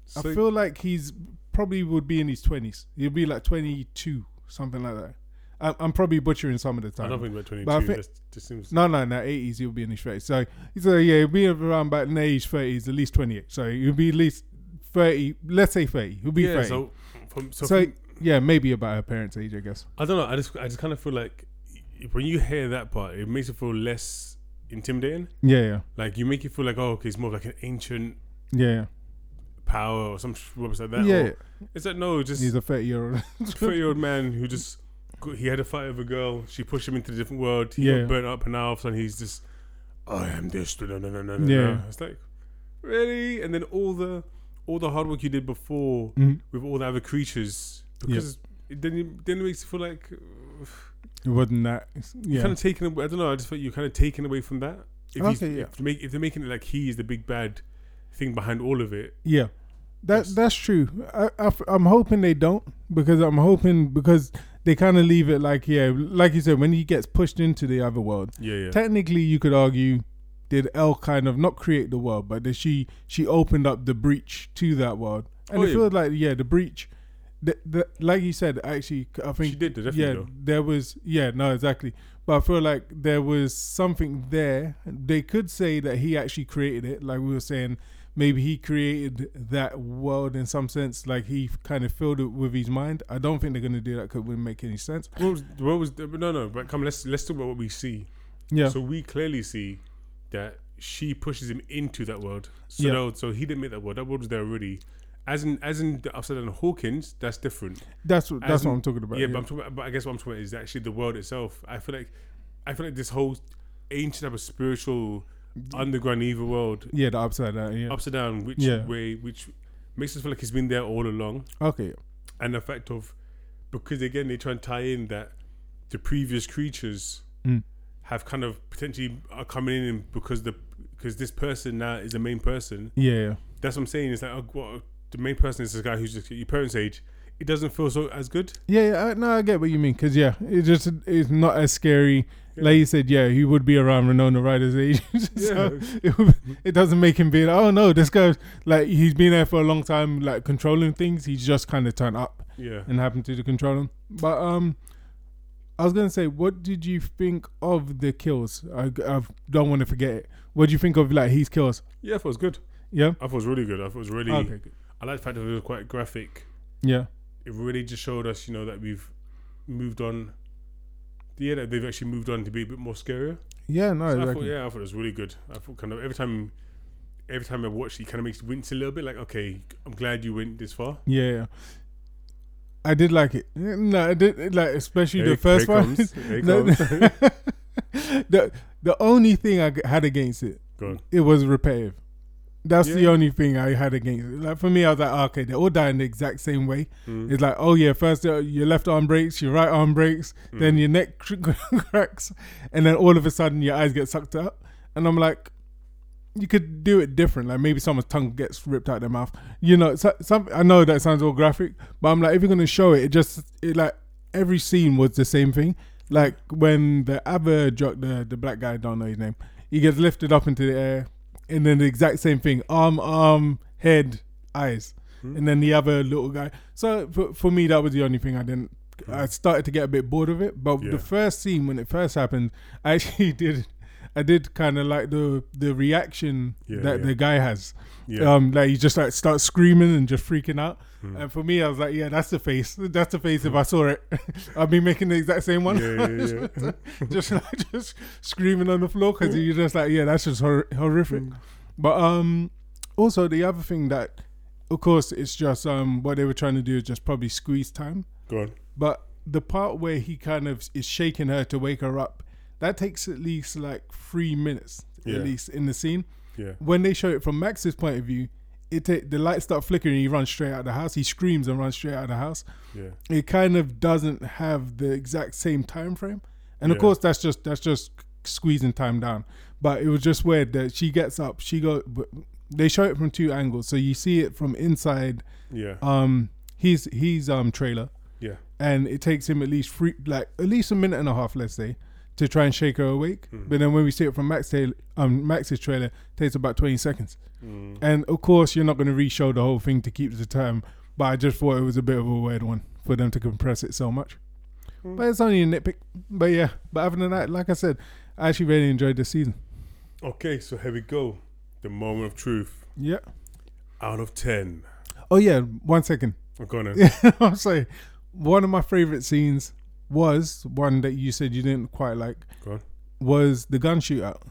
so,
I feel like he's probably would be in his twenties. He'd be like twenty two, something like that. I'm, I'm probably butchering some of the
I
time.
don't think about twenty
But I
two.
think-
That just seems
no, no, no. Eighties, he'll be in his thirties. So, so yeah, he'll be around about in the age thirties, at least twenty eight. So he'll be at least thirty. Let's say thirty. He'll be
yeah.
thirty.
So, from, so,
So-
from-
yeah, maybe about her parents' age, I guess.
I don't know. I just I just kind of feel like when you hear that part, it makes it feel less intimidating.
Yeah, yeah,
Like you make it feel like oh, okay, it's more of like an ancient
yeah,
power or some sh- rubbish like
yeah.
that.
yeah.
Or, it's like no, just
He's a thirty
[laughs]
year old.
thirty year old man who just got- he had a fight with a girl. She pushed him into a different world. He
Yeah.
got burnt up, and now all of a sudden he's just I am this. No, no, no, no, no, no.
Yeah.
It's like really, and then all the all the hard work you did before
Mhm.
with all the other creatures because it then it, then it makes you feel like. uh,
It wasn't that. Yeah,
kind of taken away. I don't know. I just felt you're kind of taken away from that. If he's-
Okay, yeah.
If, they make, if they're making it like he is the big bad thing behind all of it,
Yeah, that
Yes.
that's true. I, am hoping they don't because I'm hoping because they kind of leave it like yeah, like you said, when he gets pushed into the other world.
yeah, yeah,
Technically, you could argue did Elle kind of not create the world, but did she she opened up the breach to that world, and
Oh,
it
yeah.
feels like yeah, the breach. The, the, like you said, actually, I think
she did that, definitely.
yeah,
though.
there was yeah, no, exactly. But I feel like there was something there. They could say that he actually created it, like we were saying. Maybe he created that world in some sense, like he kind of filled it with his mind. I don't think they're gonna do that because it wouldn't make any sense.
What was, what was the, no, no. But come, let's let's talk about what we see.
Yeah,
So we clearly see that she pushes him into that world. So
Yeah.
no, so he didn't make that world. That world was there already. As in, as in, the upside down Hawkins, that's different.
that's what that's
as
what
in-
I'm talking about.
yeah, but I'm talking. About, but I guess what I'm talking about is actually the world itself. I feel like, I feel like this whole ancient type of spiritual underground evil world
yeah, the upside down. Yeah,
upside down, which
Yeah.
way, which makes us feel like he's been there all along.
okay,
And the fact of, because again, they try and tie in that the previous creatures
Mm.
have kind of potentially are coming in and because the because this person now is the main person.
yeah, yeah.
That's what I'm saying. It's like oh, what, the main person is this guy who's just your parents' age. It doesn't feel so as good.
Yeah, yeah, I- no, I get what you mean. Cause yeah, it just it's not as scary. Like you said, yeah, he would be around Renona Ryder's age. [laughs] so it, would, it doesn't make him be like, oh no, this guy like he's been there for a long time, like controlling things. He's just kind of turned up
Yeah.
and happened to control him. But um, I was gonna say, what did you think of the kills? I, I don't want to forget it. What do you think of like his kills?
Yeah, I thought it was good.
Yeah.
I thought it was really good. I thought it was really.
Okay. Good.
I like the fact that it was quite graphic.
Yeah.
it really just showed us, you know, that we've moved on. Yeah, that they've actually moved on to be a bit more scarier.
Yeah.
So
No.
I thought,
Oh, exactly.
yeah, I thought it was really good. I thought kind of every time, every time I watched, it, it kind of makes you wince a little bit. Like, okay, I'm glad you went this far.
Yeah. yeah. I did like it. No, I did like especially the first one.
comes, here it
No,
comes.
the [laughs] the only thing I g- had against it,
Go on.
it was repetitive. That's the
Yeah.
only thing I had against it. Like for me, I was like, okay, they all die in the exact same way.
Mm.
It's like, oh yeah, first uh, your left arm breaks, your right arm breaks,
Mm.
then your neck cr- [laughs] cracks, and then all of a sudden your eyes get sucked up. And I'm like, you could do it different. Like maybe someone's tongue gets ripped out their mouth. You know, so, some I know that sounds all graphic, but I'm like, if you're gonna show it, it just it like every scene was the same thing. Like when the other jock, the the black guy, don't know his name, he gets lifted up into the air, and then the exact same thing: arm, arm, head, eyes,
Hmm.
and then the other little guy. So for, for me, that was the only thing I didn't. I started to get a bit bored of it, but
Hmm. Yeah.
the first scene when it first happened, I actually [laughs] did. I did kind of like the the reaction
Yeah,
that
yeah.
the guy has.
Yeah. Hmm.
Um, like he just like starts screaming and just freaking out. And for me, I was like, yeah, that's the face. That's the face. If I saw it, [laughs] I'd be making the exact same one. [laughs]
Yeah, yeah, yeah. Hmm.
just like just screaming on the floor because you're just like, yeah, that's just hor- horrific. But um, also the other thing that, of course, it's just um what they were trying to do is just probably squeeze time.
Go on.
But the part where he kind of is shaking her to wake her up, that takes at least like three minutes
Yeah.
at least in the scene.
Yeah.
When they show it from Max's point of view, it ta- the lights start flickering. He runs straight out of the house. He screams and runs straight out of the house.
Yeah.
It kind of doesn't have the exact same time frame, and of
Yeah.
course that's just that's just squeezing time down. But it was just weird that she gets up. She go. But they show it from two angles, so you see it from inside.
Yeah.
Um, he's he's um trailer
yeah.
and it takes him at least three, like at least a minute and a half, let's say, to try and shake her awake. But then when we see it from Max, Taylor, um, Max's trailer, it takes about twenty seconds. And of course, you're not going to re-show the whole thing to keep the time. But I just thought it was a bit of a weird one for them to compress it so much. But it's only a nitpick. But yeah, but other than that, like I said, I actually really enjoyed this season.
Okay, so here we go. The moment of truth.
Yeah.
Out of ten. Oh,
Oh yeah, one second. [laughs]
I'm gonna
I'm sorry. One of my favorite scenes was one that you said you didn't quite like.
go on.
Was the gun shootout.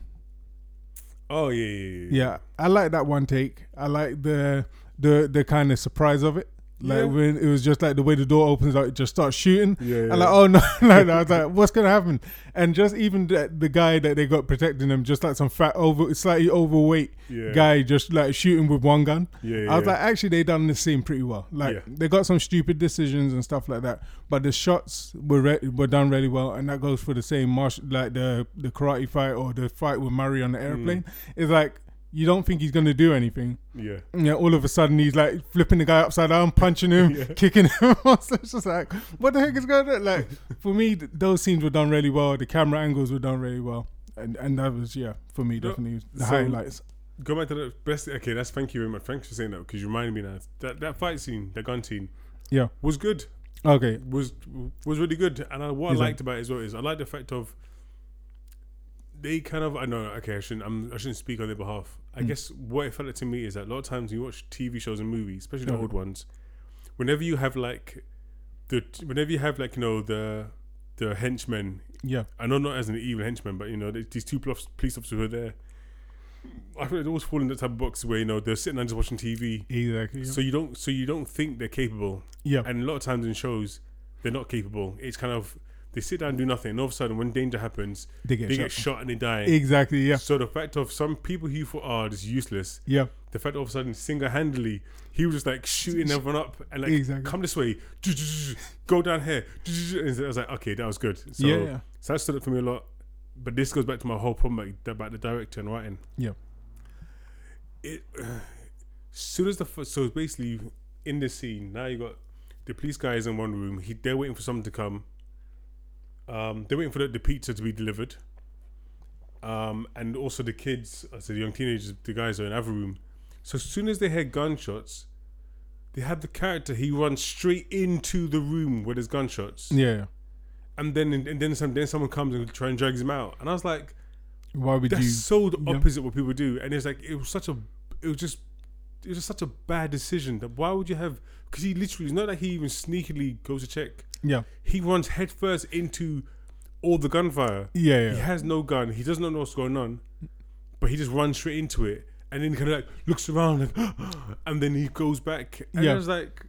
Oh yeah, yeah, yeah.
Yeah, I like that one take. I like the the the kind of surprise of it. Like
Yeah.
when it was just like the way the door opens, like it just starts shooting.
Yeah, yeah,
And like,
yeah.
oh [laughs] no, no, no. I was like, what's gonna happen? And just even the, the guy that they got protecting them, just like some fat over, slightly overweight
Yeah.
guy, just like shooting with one gun.
Yeah,
I was
yeah.
like, actually, they done this scene pretty well. Like
Yeah.
they got some stupid decisions and stuff like that, but the shots were re- were done really well, and that goes for the same martial, like the the karate fight or the fight with Murray
Mm.
on the airplane. It's like you don't think he's gonna do anything.
yeah.
Yeah, all of a sudden he's like flipping the guy upside down,
[laughs]
punching him, kicking him. [laughs] so it's just like, what the heck is going on? Like for me, th- those scenes were done really well. The camera angles were done really well, and and that was yeah for me definitely
so-
the highlights.
Go back to the best. Okay, that's thank you very much. Thanks for saying that because you reminded me now. That that fight scene, the gun scene,
Yeah.
was good.
Okay.
was was really good. And I, what
Is it?
I liked about it as well is I like the fact of they kind of I know okay I shouldn't I'm, I shouldn't speak on their behalf. I guess what it felt like to me is that a lot of times you watch TV shows and movies, especially the
Yeah.
old ones, whenever you have like the whenever you have like you know the the henchmen
Yeah.
I know not as an evil henchman, but you know th- these two plof- police officers who are there. I feel like they always fall in that type of box where you know they're sitting and just watching TV,
Exactly.
so you don't so you don't think they're capable.
Yeah.
And a lot of times in shows, they're not capable. It's kind of they sit down and do nothing, and all of a sudden, when danger happens,
They get
they
shot.
get shot and they die.
Exactly. Yeah.
So the fact of some people who you thought are just useless,
Yeah.
the fact all of a sudden single-handedly he was just like shooting everyone up and like
Exactly.
come this way, [laughs] go down here. And I was like, okay, that was good. So,
Yeah, yeah.
so that stood up for me a lot. But this goes back to my whole problem like, about the director and writing
Yeah.
it [sighs] soon as the f- so basically in this scene now you got the police guy is in one room he they're waiting for someone to come um they're waiting for the, the pizza to be delivered um and also the kids uh, so the young teenagers the guys are in another room so as soon as they hear gunshots they have the character he runs straight into the room where there's gunshots
Yeah. yeah.
and then and then some then someone comes and try and drags him out and i was like
Why would
that's
you?
so the
yeah.
opposite what people do and it's like it was such a it was just it was just such a bad decision that why would you have because he literally it's not like he even sneakily goes to check
Yeah.
he runs headfirst into all the gunfire
Yeah.
he
Yeah.
has no gun he doesn't know what's going on but he just runs straight into it and then kind of like looks around and, [gasps] and then he goes back and
Yeah.
I was like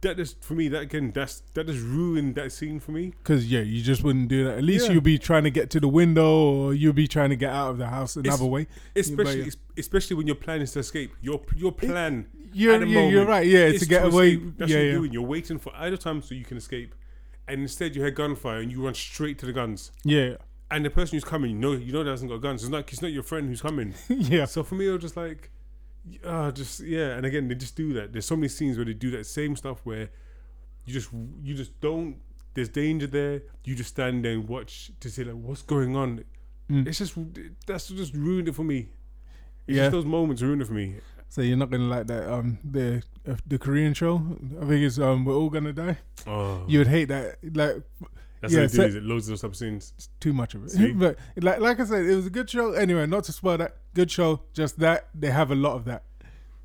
that is for me that again that's that just ruined that scene for me
Because yeah. you just wouldn't do that. At least
Yeah.
you'll be trying to get to the window, or you'll be trying to get out of the house another way.
especially
yeah.
especially when your plan is to escape. Your your plan.
you're-
at the
you're- you're
moment
right, yeah,
is
to get away,
escape. That's
yeah,
what
yeah.
you're doing. You're waiting for idle time so you can escape, and instead you hear gunfire and you run straight to the guns.
Yeah.
And the person who's coming, you know, you know, that hasn't got guns. It's not. It's not your friend who's
[laughs]
coming.
Yeah.
so for me, it was just like, uh, just yeah. And again, they just do that. There's so many scenes where they do that same stuff where you just you just don't. There's danger there. You just stand there and watch to see like what's going on.
Mm.
It's just that's just ruined it for me. It's
Yeah.
just those moments ruined it for me.
So you're not gonna like that. Um, the uh, the Korean show. I think it's um, we're all gonna die.
Oh,
You would hate that. Like,
that's
yeah,
what they
so-
do. Is it loads of those type of scenes.
too much of
See?
it. [laughs] but like like I said, it was a good show. Anyway, not to spoil that. Good show. Just that they have a lot of that.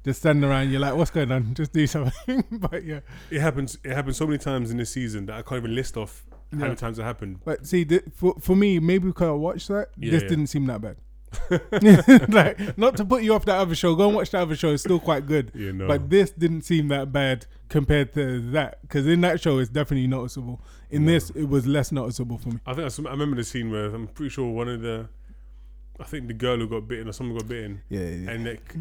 Just standing around, you're like, what's going on? [laughs] Just do something. but yeah.
It happens. It happens so many times in this season that I can't even list off how many times it happened.
But see, th- for for me, maybe because I watched that,
Yeah,
this
yeah. [laughs]
didn't seem that bad. [laughs] like, not to put you off that other show. Go and watch that other show. It's still quite good.
You know,
But this didn't seem that bad compared to that. Because in that show, it's definitely noticeable. In this, it was less noticeable for me.
I think I, sm- I remember the scene where I'm pretty sure one of the, I think the girl who got bitten or someone got bitten,
Yeah, yeah.
and like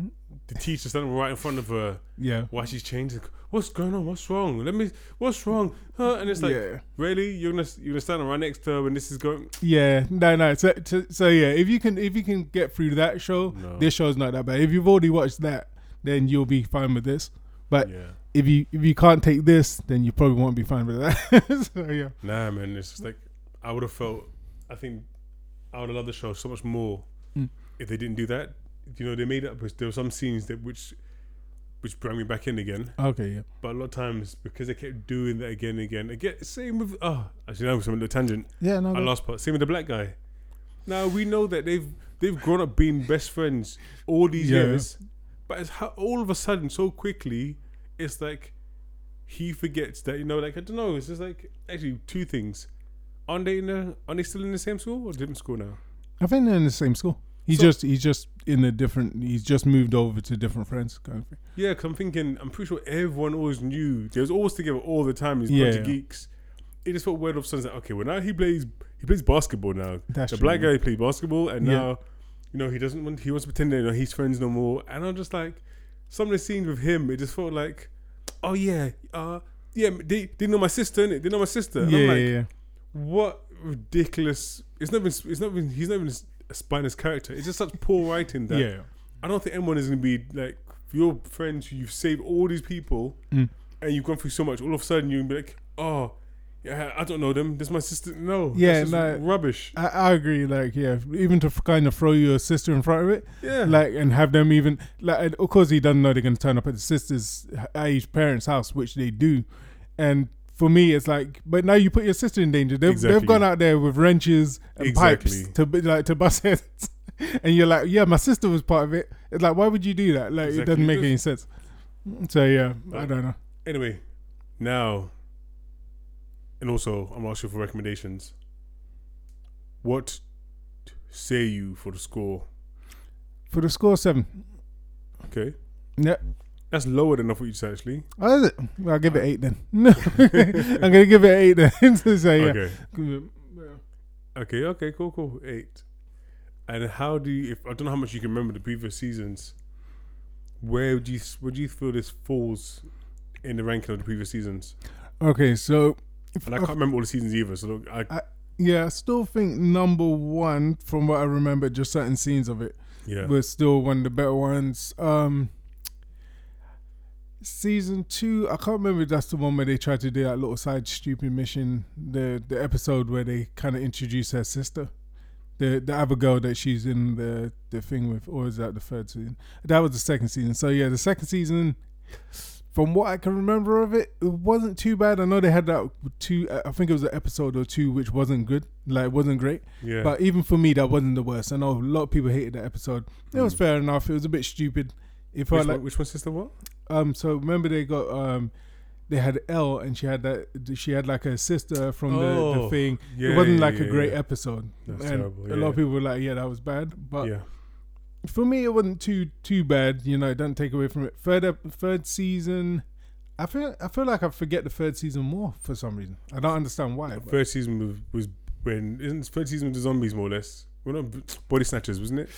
the teacher standing right in front of her
yeah.
while she's changing. What's going on? What's wrong? Let me. What's wrong? Huh? And it's like,
yeah.
really? You're gonna you're gonna stand right next to her when this is going?
Yeah, no, no. So, so, so yeah, if you can, if you can get through that show,
No.
this show's not that bad. If you've already watched that, then you'll be fine with this. But
Yeah.
if you if you can't take this, then you probably won't be fine with that. [laughs] so yeah,
Nah, man. It's just like I would have felt. I think I would have loved the show so much more
Mm.
if they didn't do that. You know, they made up. There were some scenes that which which brought me back in again.
okay, yeah.
But a lot of times because they kept doing that again and again. Again, same with oh, actually now I'm on the tangent.
Yeah, no,
I lost part. Same with the black guy. Now we know that they've they've grown up being best friends all these
Yeah.
years, but it's how, all of a sudden so quickly, it's like he forgets that you know. Like I don't know. It's just like actually two things. Aren't they in the, Are they still in the same school or different school now?
I think they're in the same school. He's
So-
just he's just in a different. He's just moved over to different friends. Kind of thing.
Yeah, because I'm thinking, I'm pretty sure everyone always knew. They was always together all the time. These
Yeah,
bunch of
yeah.
geeks. It just felt weird of sudden. Like, okay, well now he plays. He plays basketball now.
That's
the
true,
black
yeah.
guy plays basketball, and
Yeah.
now, you know, he doesn't want. He wants to pretend that you know, he's friends no more. And I'm just like, some of the scenes with him, it just felt like, oh yeah, uh, yeah, they they know my sister, innit? They know my sister. And
Yeah,
I'm like,
yeah, yeah.
what ridiculous. It's not even. It's not even. He's not even a spineless character. It's just such poor writing that.
yeah.
I don't think anyone is going to be like your friends who you've saved all these people
Mm.
and you've gone through so much. All of a sudden, you're gonna be like, oh, yeah, I don't know them. That's my sister. No,
Yeah,
that's just
no.
rubbish.
I, I agree. Like, yeah, even to f- kind of throw your sister in front of it,
Yeah,
like and have them even like and of course he doesn't know they're going to turn up at the sister's his parents house which they do and for me it's like but now you put your sister in danger they've,
Exactly.
they've gone out there with wrenches and
Exactly.
pipes to be- like to bust heads [laughs] and you're like yeah my sister was part of it it's like why would you do that like it
Exactly.
doesn't make any sense so yeah i
Right.
don't know
Anyway, now, and also, I'm asking for recommendations. What say you for the score?
for the score seven
Okay,
yeah
that's lower than I thought you said actually.
how Oh, is it well, i'll give
Uh,
it eight then [laughs] no i'm gonna give it eight then [laughs] so yeah
Okay, okay, okay, cool, cool, eight. And how do you? If I don't know how much you can remember the previous seasons, where do you where do you feel this falls in the ranking of the previous seasons?
okay so
And I
Oh,
can't remember all the seasons either. So look,
uh,
I,
Yeah, I still think number one, from what I remember, just certain scenes of it,
yeah,
was still one of the better ones. Um, season two, I can't remember. if That's the one where they tried to do that little side stupid mission. The the episode where they kind of introduce her sister, the the other girl that she's in the the thing with, or is that the third season? That was the second season. So yeah, the second season. From what I can remember of it, it wasn't too bad. I know they had that two. I think it was an episode or two which wasn't good, like it wasn't great.
yeah,
But even for me, that wasn't the worst. I know a lot of people hated that episode. It was fair enough. It was a bit stupid. It
which,
felt like
one, which one, sister? Mm. What?
um. So remember they got um, they had L and she had that she had like a sister from the,
Oh,
the thing.
Yeah,
it wasn't
yeah,
like a
yeah,
great
yeah.
episode.
That's
and
terrible,
a lot
yeah.
of people were like, yeah, that was bad. But
yeah,
for me, it wasn't too too bad. You know, it doesn't take away from it. Third ep- third season. I feel I feel like I forget the third season more for some reason. I don't understand why. but-
first season was, was when isn't first season with the zombies more or less? Well, not body snatchers, wasn't it?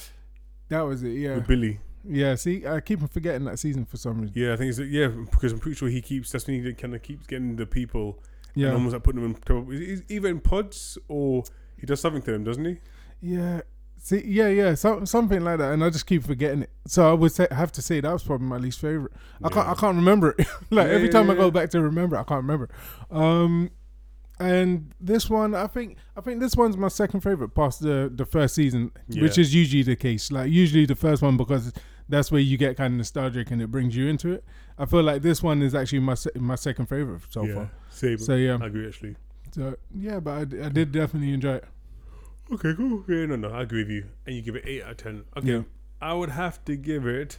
that was it. Yeah,
With Billy.
yeah. See, I keep on forgetting that season for some reason.
Yeah, I think it's yeah because I'm pretty sure he keeps. That's when he kind of keeps getting the people
Yeah.
and almost like putting them in trouble. Is is either in pods or he does something to them, doesn't he?
Yeah. See, yeah, yeah, so, something like that, and I just keep forgetting it. So I would say, have to say that was probably my least favorite. I can't, I can't remember it. [laughs] like
Yeah,
every
yeah,
time I
yeah,
go
yeah.
back to remember, it, I can't remember. Um, and this one, I think, I think this one's my second favorite past the the first season, which
Yeah.
is usually the case. Like usually the first one because that's where you get kind of nostalgic and it brings you into it. I feel like this one is actually my se- my second favorite so
yeah,
far.
same.
So yeah,
I agree actually.
so yeah, but I, d- I did definitely enjoy it.
Okay, cool. Yeah, no, no, I agree with you. And you give it eight out of ten. Okay,
Yeah.
I would have to give it.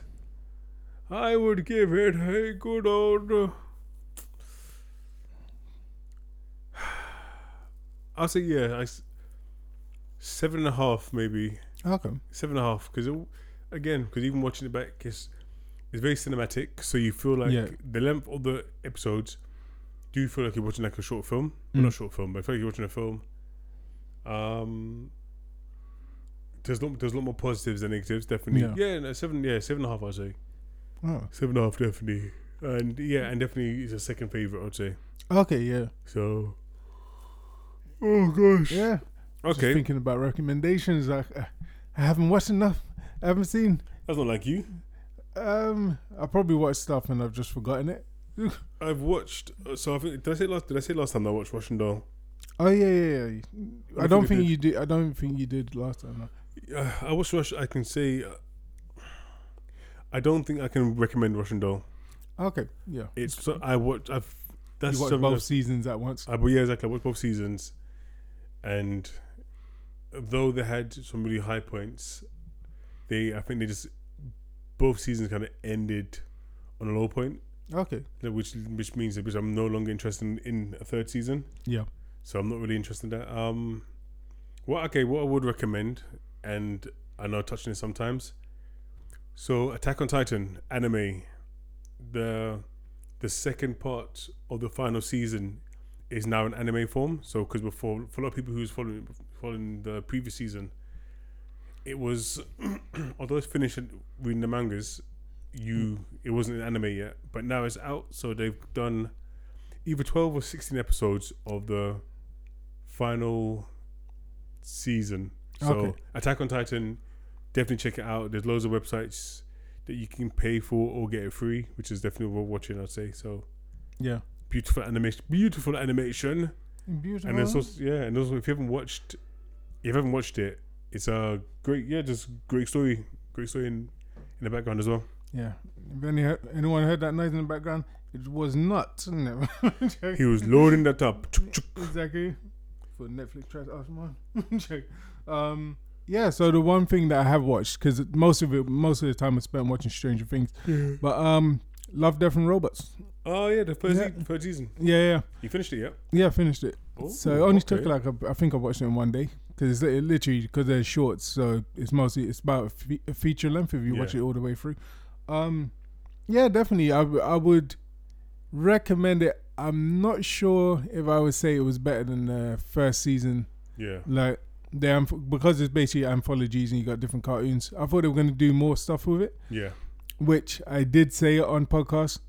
I would give it a good old. uh, [sighs] I'll say yeah, I s seven and a half maybe.
How come?
Seven and a half because again because even watching it back it's it's very cinematic, so you feel like
Yeah.
the length of the episodes do feel like you're watching like a short film, well,
Mm.
not short film, but I feel like you're watching a film. Um, there's lot there's a lot more positives than negatives, definitely.
Yeah.
Yeah, no, seven, yeah, seven and a half, I'd say
Oh.
seven and a half, definitely, and yeah, and definitely it's a second favorite, I'd say.
Okay, yeah,
So, oh gosh,
yeah. Just
okay,
thinking about recommendations, I, I haven't watched enough. I haven't seen.
that's not like you.
Um, I probably watched stuff and I've just forgotten it.
I've watched. uh, So I think did I say last? Did I say last time that I watched Russian Doll?
Oh yeah, yeah. yeah. I
think
don't
we
think
did.
you did. I don't think you did last time. no.
Uh, I watch Rush. I can say. Uh, I don't think I can recommend Russian Doll.
Okay, yeah.
It's so I watch. I've that's
you watched
something
both
that's-
seasons at once.
I, but yeah, exactly. I watched both seasons, and though they had some really high points, they I think they just both seasons kind of ended on a low point,
Okay,
like, which which means that I'm no longer interested in, in a third season.
yeah.
so I'm not really interested in that. Um, well, okay, what I would recommend, and I know I touched on it sometimes. So, Attack on Titan anime, the the second part of the final season is now in anime form. So, because before for a lot of people who's following following the previous season, it was [clears throat] although it's finished reading the mangas, you it wasn't in anime yet, but now it's out. So they've done either 12 or 16 episodes of the final season. So
Okay.
Attack on Titan, definitely check it out. There's loads of websites that you can pay for or get it free, which is definitely worth watching, I'd say. So
Yeah.
beautiful animation, beautiful animation.
Beautiful.
And then also, yeah, and also if you haven't watched, if you haven't watched it, it's a great, yeah, just great story, great story in, in the background as well.
yeah. If any, anyone heard that noise in the background, it was not. [laughs] Never.
He was loading that
[laughs]
up.
exactly. For Netflix oh, tries to ask [laughs] mine. Joke. um, yeah. So the one thing that I have watched because most of it, most of the time, I spent watching Stranger Things. But um, Love, Death, and Robots.
Oh yeah, the first,
Yeah.
se- first season.
Yeah, yeah,
You finished it, yeah?
yeah. I finished it.
Oh,
so it only took
okay.
like a, I think I watched it in one day because it's li- literally because they're shorts. So it's mostly it's about a, fe- a feature length if you watch it
Yeah.
all the way through. Um, yeah, definitely. I w- I would recommend it. I'm not sure if I would say it was better than the first season.
Yeah.
Like they amph- because it's basically anthologies and you got different cartoons. I thought they were gonna do more stuff with it,
Yeah.
which I did say it on podcast.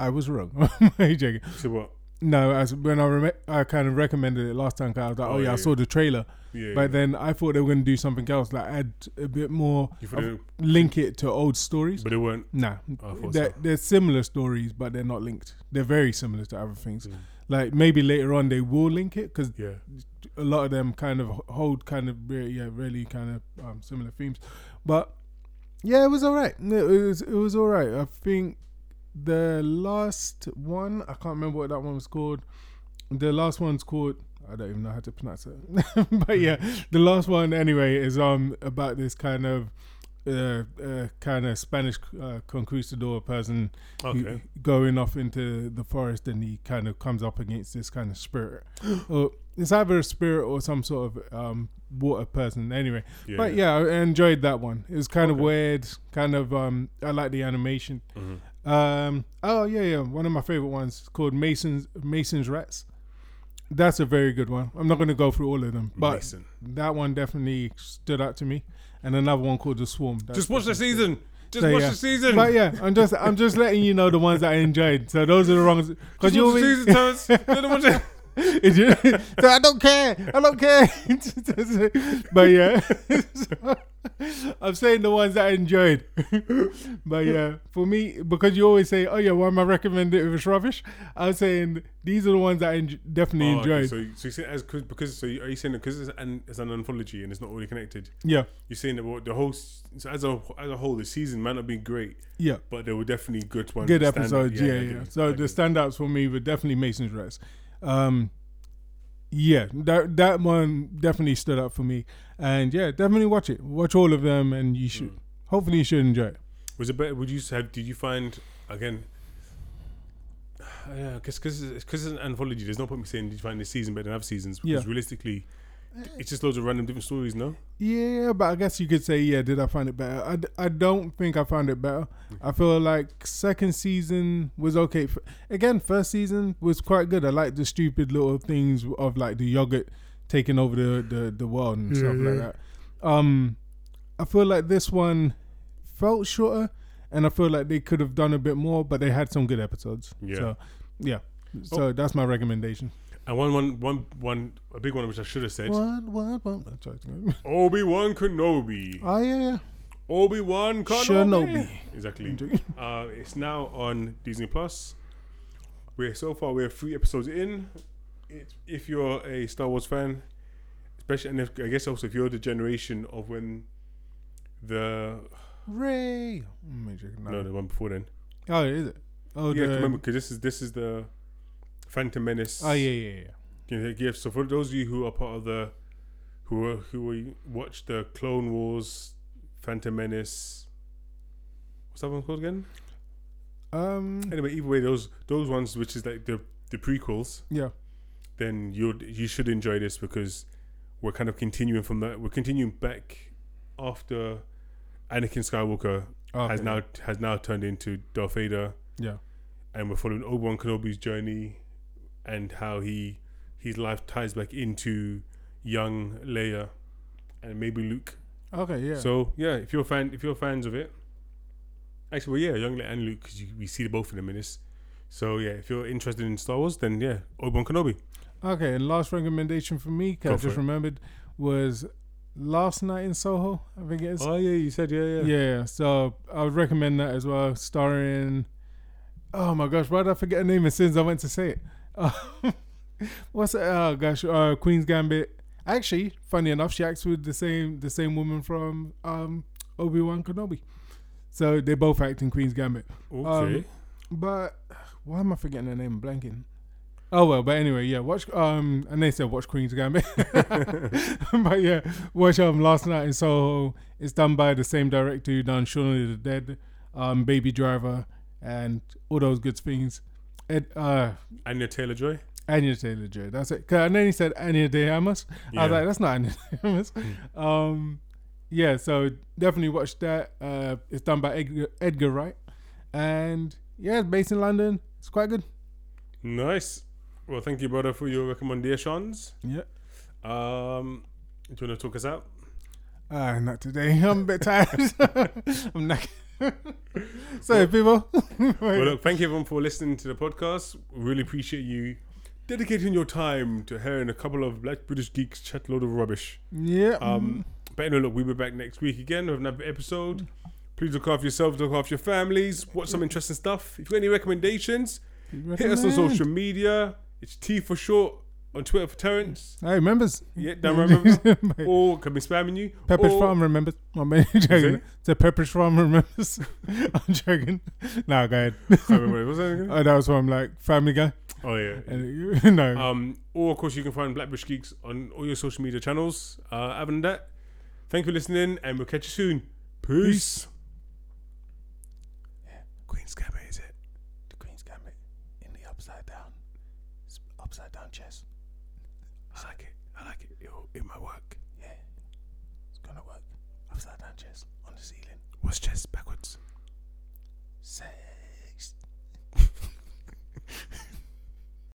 I was wrong. [laughs] Joking.
So what?
No, as when I rem- I kind of recommended it last time 'cause I was like, oh,
Oh,
yeah, I
yeah,
saw the trailer,
Yeah.
but then I thought they were going to do something else, like add a bit more,
you
of-
thought it,
link it to old stories.
but it weren't.
Nah,
I thought
they're,
so.
they're similar stories, but they're not linked. They're very similar to other things.
Hmm.
Like maybe later on they will link it because
Yeah.
a lot of them kind of h- hold kind of re- yeah really kind of um, similar themes, but yeah, it was all right. No, It was it was all right. I think the last one I can't remember what that one was called. The last one's called I don't even know how to pronounce it, [laughs] but yeah, the last one anyway is um about this kind of. Uh, uh, kind of Spanish uh, conquistador person who-
Okay.
going off into the forest and he kind of comes up against this kind of spirit. [gasps] or it's either a spirit or some sort of um, water person. Anyway,
Yeah.
but yeah, I enjoyed that one. It was kind of
Okay.
weird, kind of. Um, I like the animation.
Mhm.
Um, oh yeah, yeah. One of my favorite ones is called Mason's Mason's Rats. That's a very good one. I'm not going to go through all of them, but
Mason.
that one definitely stood out to me. And another one called The Swarm. That's
Just watch the
definitely-
season. Just
So,
watch
yeah.
the season.
but yeah, I'm just I'm just letting you know the ones that I enjoyed. So those are the wrongs because
Just
you
watch the
always
season,
[laughs]
Terrence. Don't watch it.
It ju- so I don't care. I don't care. [laughs] but yeah, [laughs] I'm saying the ones that I enjoyed. [laughs] but yeah, for me, because you always say, "Oh yeah, why am I recommending it if it's rubbish?" I'm saying these are the ones that I enj- definitely
Oh, okay,
enjoyed.
So, so you say as 'cause- because so you- are you saying because it's an it's an anthology and it's not really connected?
yeah,
You're saying that what the whole s- so as a as a whole the season might not be great,
yeah.
but there were definitely good ones.
Good
that stand out.
episodes, yeah, yeah.
I get it,
So
I
the
get it.
standouts for me were definitely Mason's Rest. Um, yeah, that that one definitely stood out for me, and yeah, definitely watch it. Watch all of them, and you should hopefully you should enjoy it.
was it better? Would you have? Did you find again? [sighs] Yeah, because because it's 'cause it's an anthology. There's no point me saying did you find this season better than other seasons because
Yeah.
realistically, It's just loads of random different stories, no?
Yeah, but I guess you could say, yeah, did I find it better? I, d- I don't think I found it better. I feel like second season was okay. F- Again, first season was quite good. I liked the stupid little things of like the yogurt taking over the, the, the world and
Yeah,
stuff
yeah.
like that. Um, I feel like this one felt shorter and I feel like they could have done a bit more, but they had some good episodes.
Yeah.
So, yeah. Oh. So that's my recommendation.
And one, one, one, one, a big one which I should have said
One, one, one. I'm sorry.
Obi Wan Kenobi.
Oh, yeah, yeah.
Obi Wan Kenobi.
Shinobi.
Exactly. Uh, it's now on Disney Plus. We're so far we're three episodes in. It, if you're a Star Wars fan, especially and if, I guess also if you're the generation of when the
Ray. Major, no.
no the one before then
Oh, is it? Oh,
yeah
the,
remember because this is this is the Phantom Menace
Oh, yeah, yeah, yeah.
you know, yeah, So for those of you who are part of the who are, who watched the Clone Wars, Phantom Menace, what's that one called again?
Um,
Anyway, either way, those those ones which is like the the prequels,
yeah.
then you would you should enjoy this because we're kind of continuing from that. We're continuing back after Anakin Skywalker
Okay.
has now has now turned into Darth Vader.
Yeah.
and we're following Obi Wan Kenobi's journey and how he his life ties back into young Leia and maybe Luke.
Okay, yeah.
So yeah, if you're a fan, if you're fans of it, actually, well, yeah, young Leia and Luke because we see the both of them in this. So yeah, if you're interested in Star Wars, then yeah, Obi Wan Kenobi.
okay, and last recommendation for me, 'cause
Go
I
for
just
it.
remembered, was Last Night in Soho, I think it is.
Oh yeah, you said yeah, yeah.
yeah, so I would recommend that as well, starring. Oh my gosh, why did I forget her name as soon as I went to say it? Um, [laughs] what's it? Oh gosh, uh, Queen's Gambit. Actually, funny enough, she acts with the same the same woman from um, Obi Wan Kenobi. So they both act in Queen's Gambit.
Okay.
Um, But why am I forgetting her name? I'm Blanking. Oh well, but anyway, yeah. Watch um, and they said watch Queen's Gambit, [laughs] but yeah, watch um last night in Soho. It's done by the same director who done Shaun of the Dead, um, Baby Driver, and all those good things. Ed, uh,
Anya Taylor Joy.
Anya Taylor Joy. That's it. 'Cause- And then he said Anya De Armas. I was
Yeah. Hmm.
like, that's not Anya De Armas. Um, yeah, so definitely watch that. Uh, it's done by Edgar, Edgar Wright, and yeah, it's based in London. It's quite good.
Nice. Well, thank you, brother, for your recommendations.
Yeah.
Um, do you want to talk us out?
Uh, not today. [laughs] I'm a bit tired. I'm knackered. [laughs] Sorry, people.
Well, look, thank you everyone for listening to the podcast. Really appreciate you dedicating your time to hearing a couple of black British geeks chat a load of rubbish.
[laughs] yeah.
Um, But anyway, look, we'll be back next week again with another episode. Please look after yourselves, look after your families, watch some interesting stuff. If you've got any recommendations,
Mm-hmm.
hit us on social media. It's T for short on Twitter for Terrence.
Hey, remembers.
Yeah, Dan remembers.
[laughs] Mate,
or can be spamming you.
Pepper's
or, [laughs]
Mm. Farm remembers. My man,
it?
[laughs] joking. So Pepper's Farm remembers. [laughs] I'm joking. Nah, go ahead.
Can't remember, what's that
[laughs]
again?
Oh, that was what I'm like, Family Guy. [laughs]
Oh, yeah.
And, no.
Um, or of course, you can find Black Bush Geeks on all your social media channels. Uh, other than that, thank you for listening, and we'll catch you soon. Peace.
Queen's Gambit is it? The Queen's Gambit in the upside down, upside down chess.
I like it. I like it. It'll- It might work.
It's gonna work. Upside down chess on the ceiling.
What's chess backward?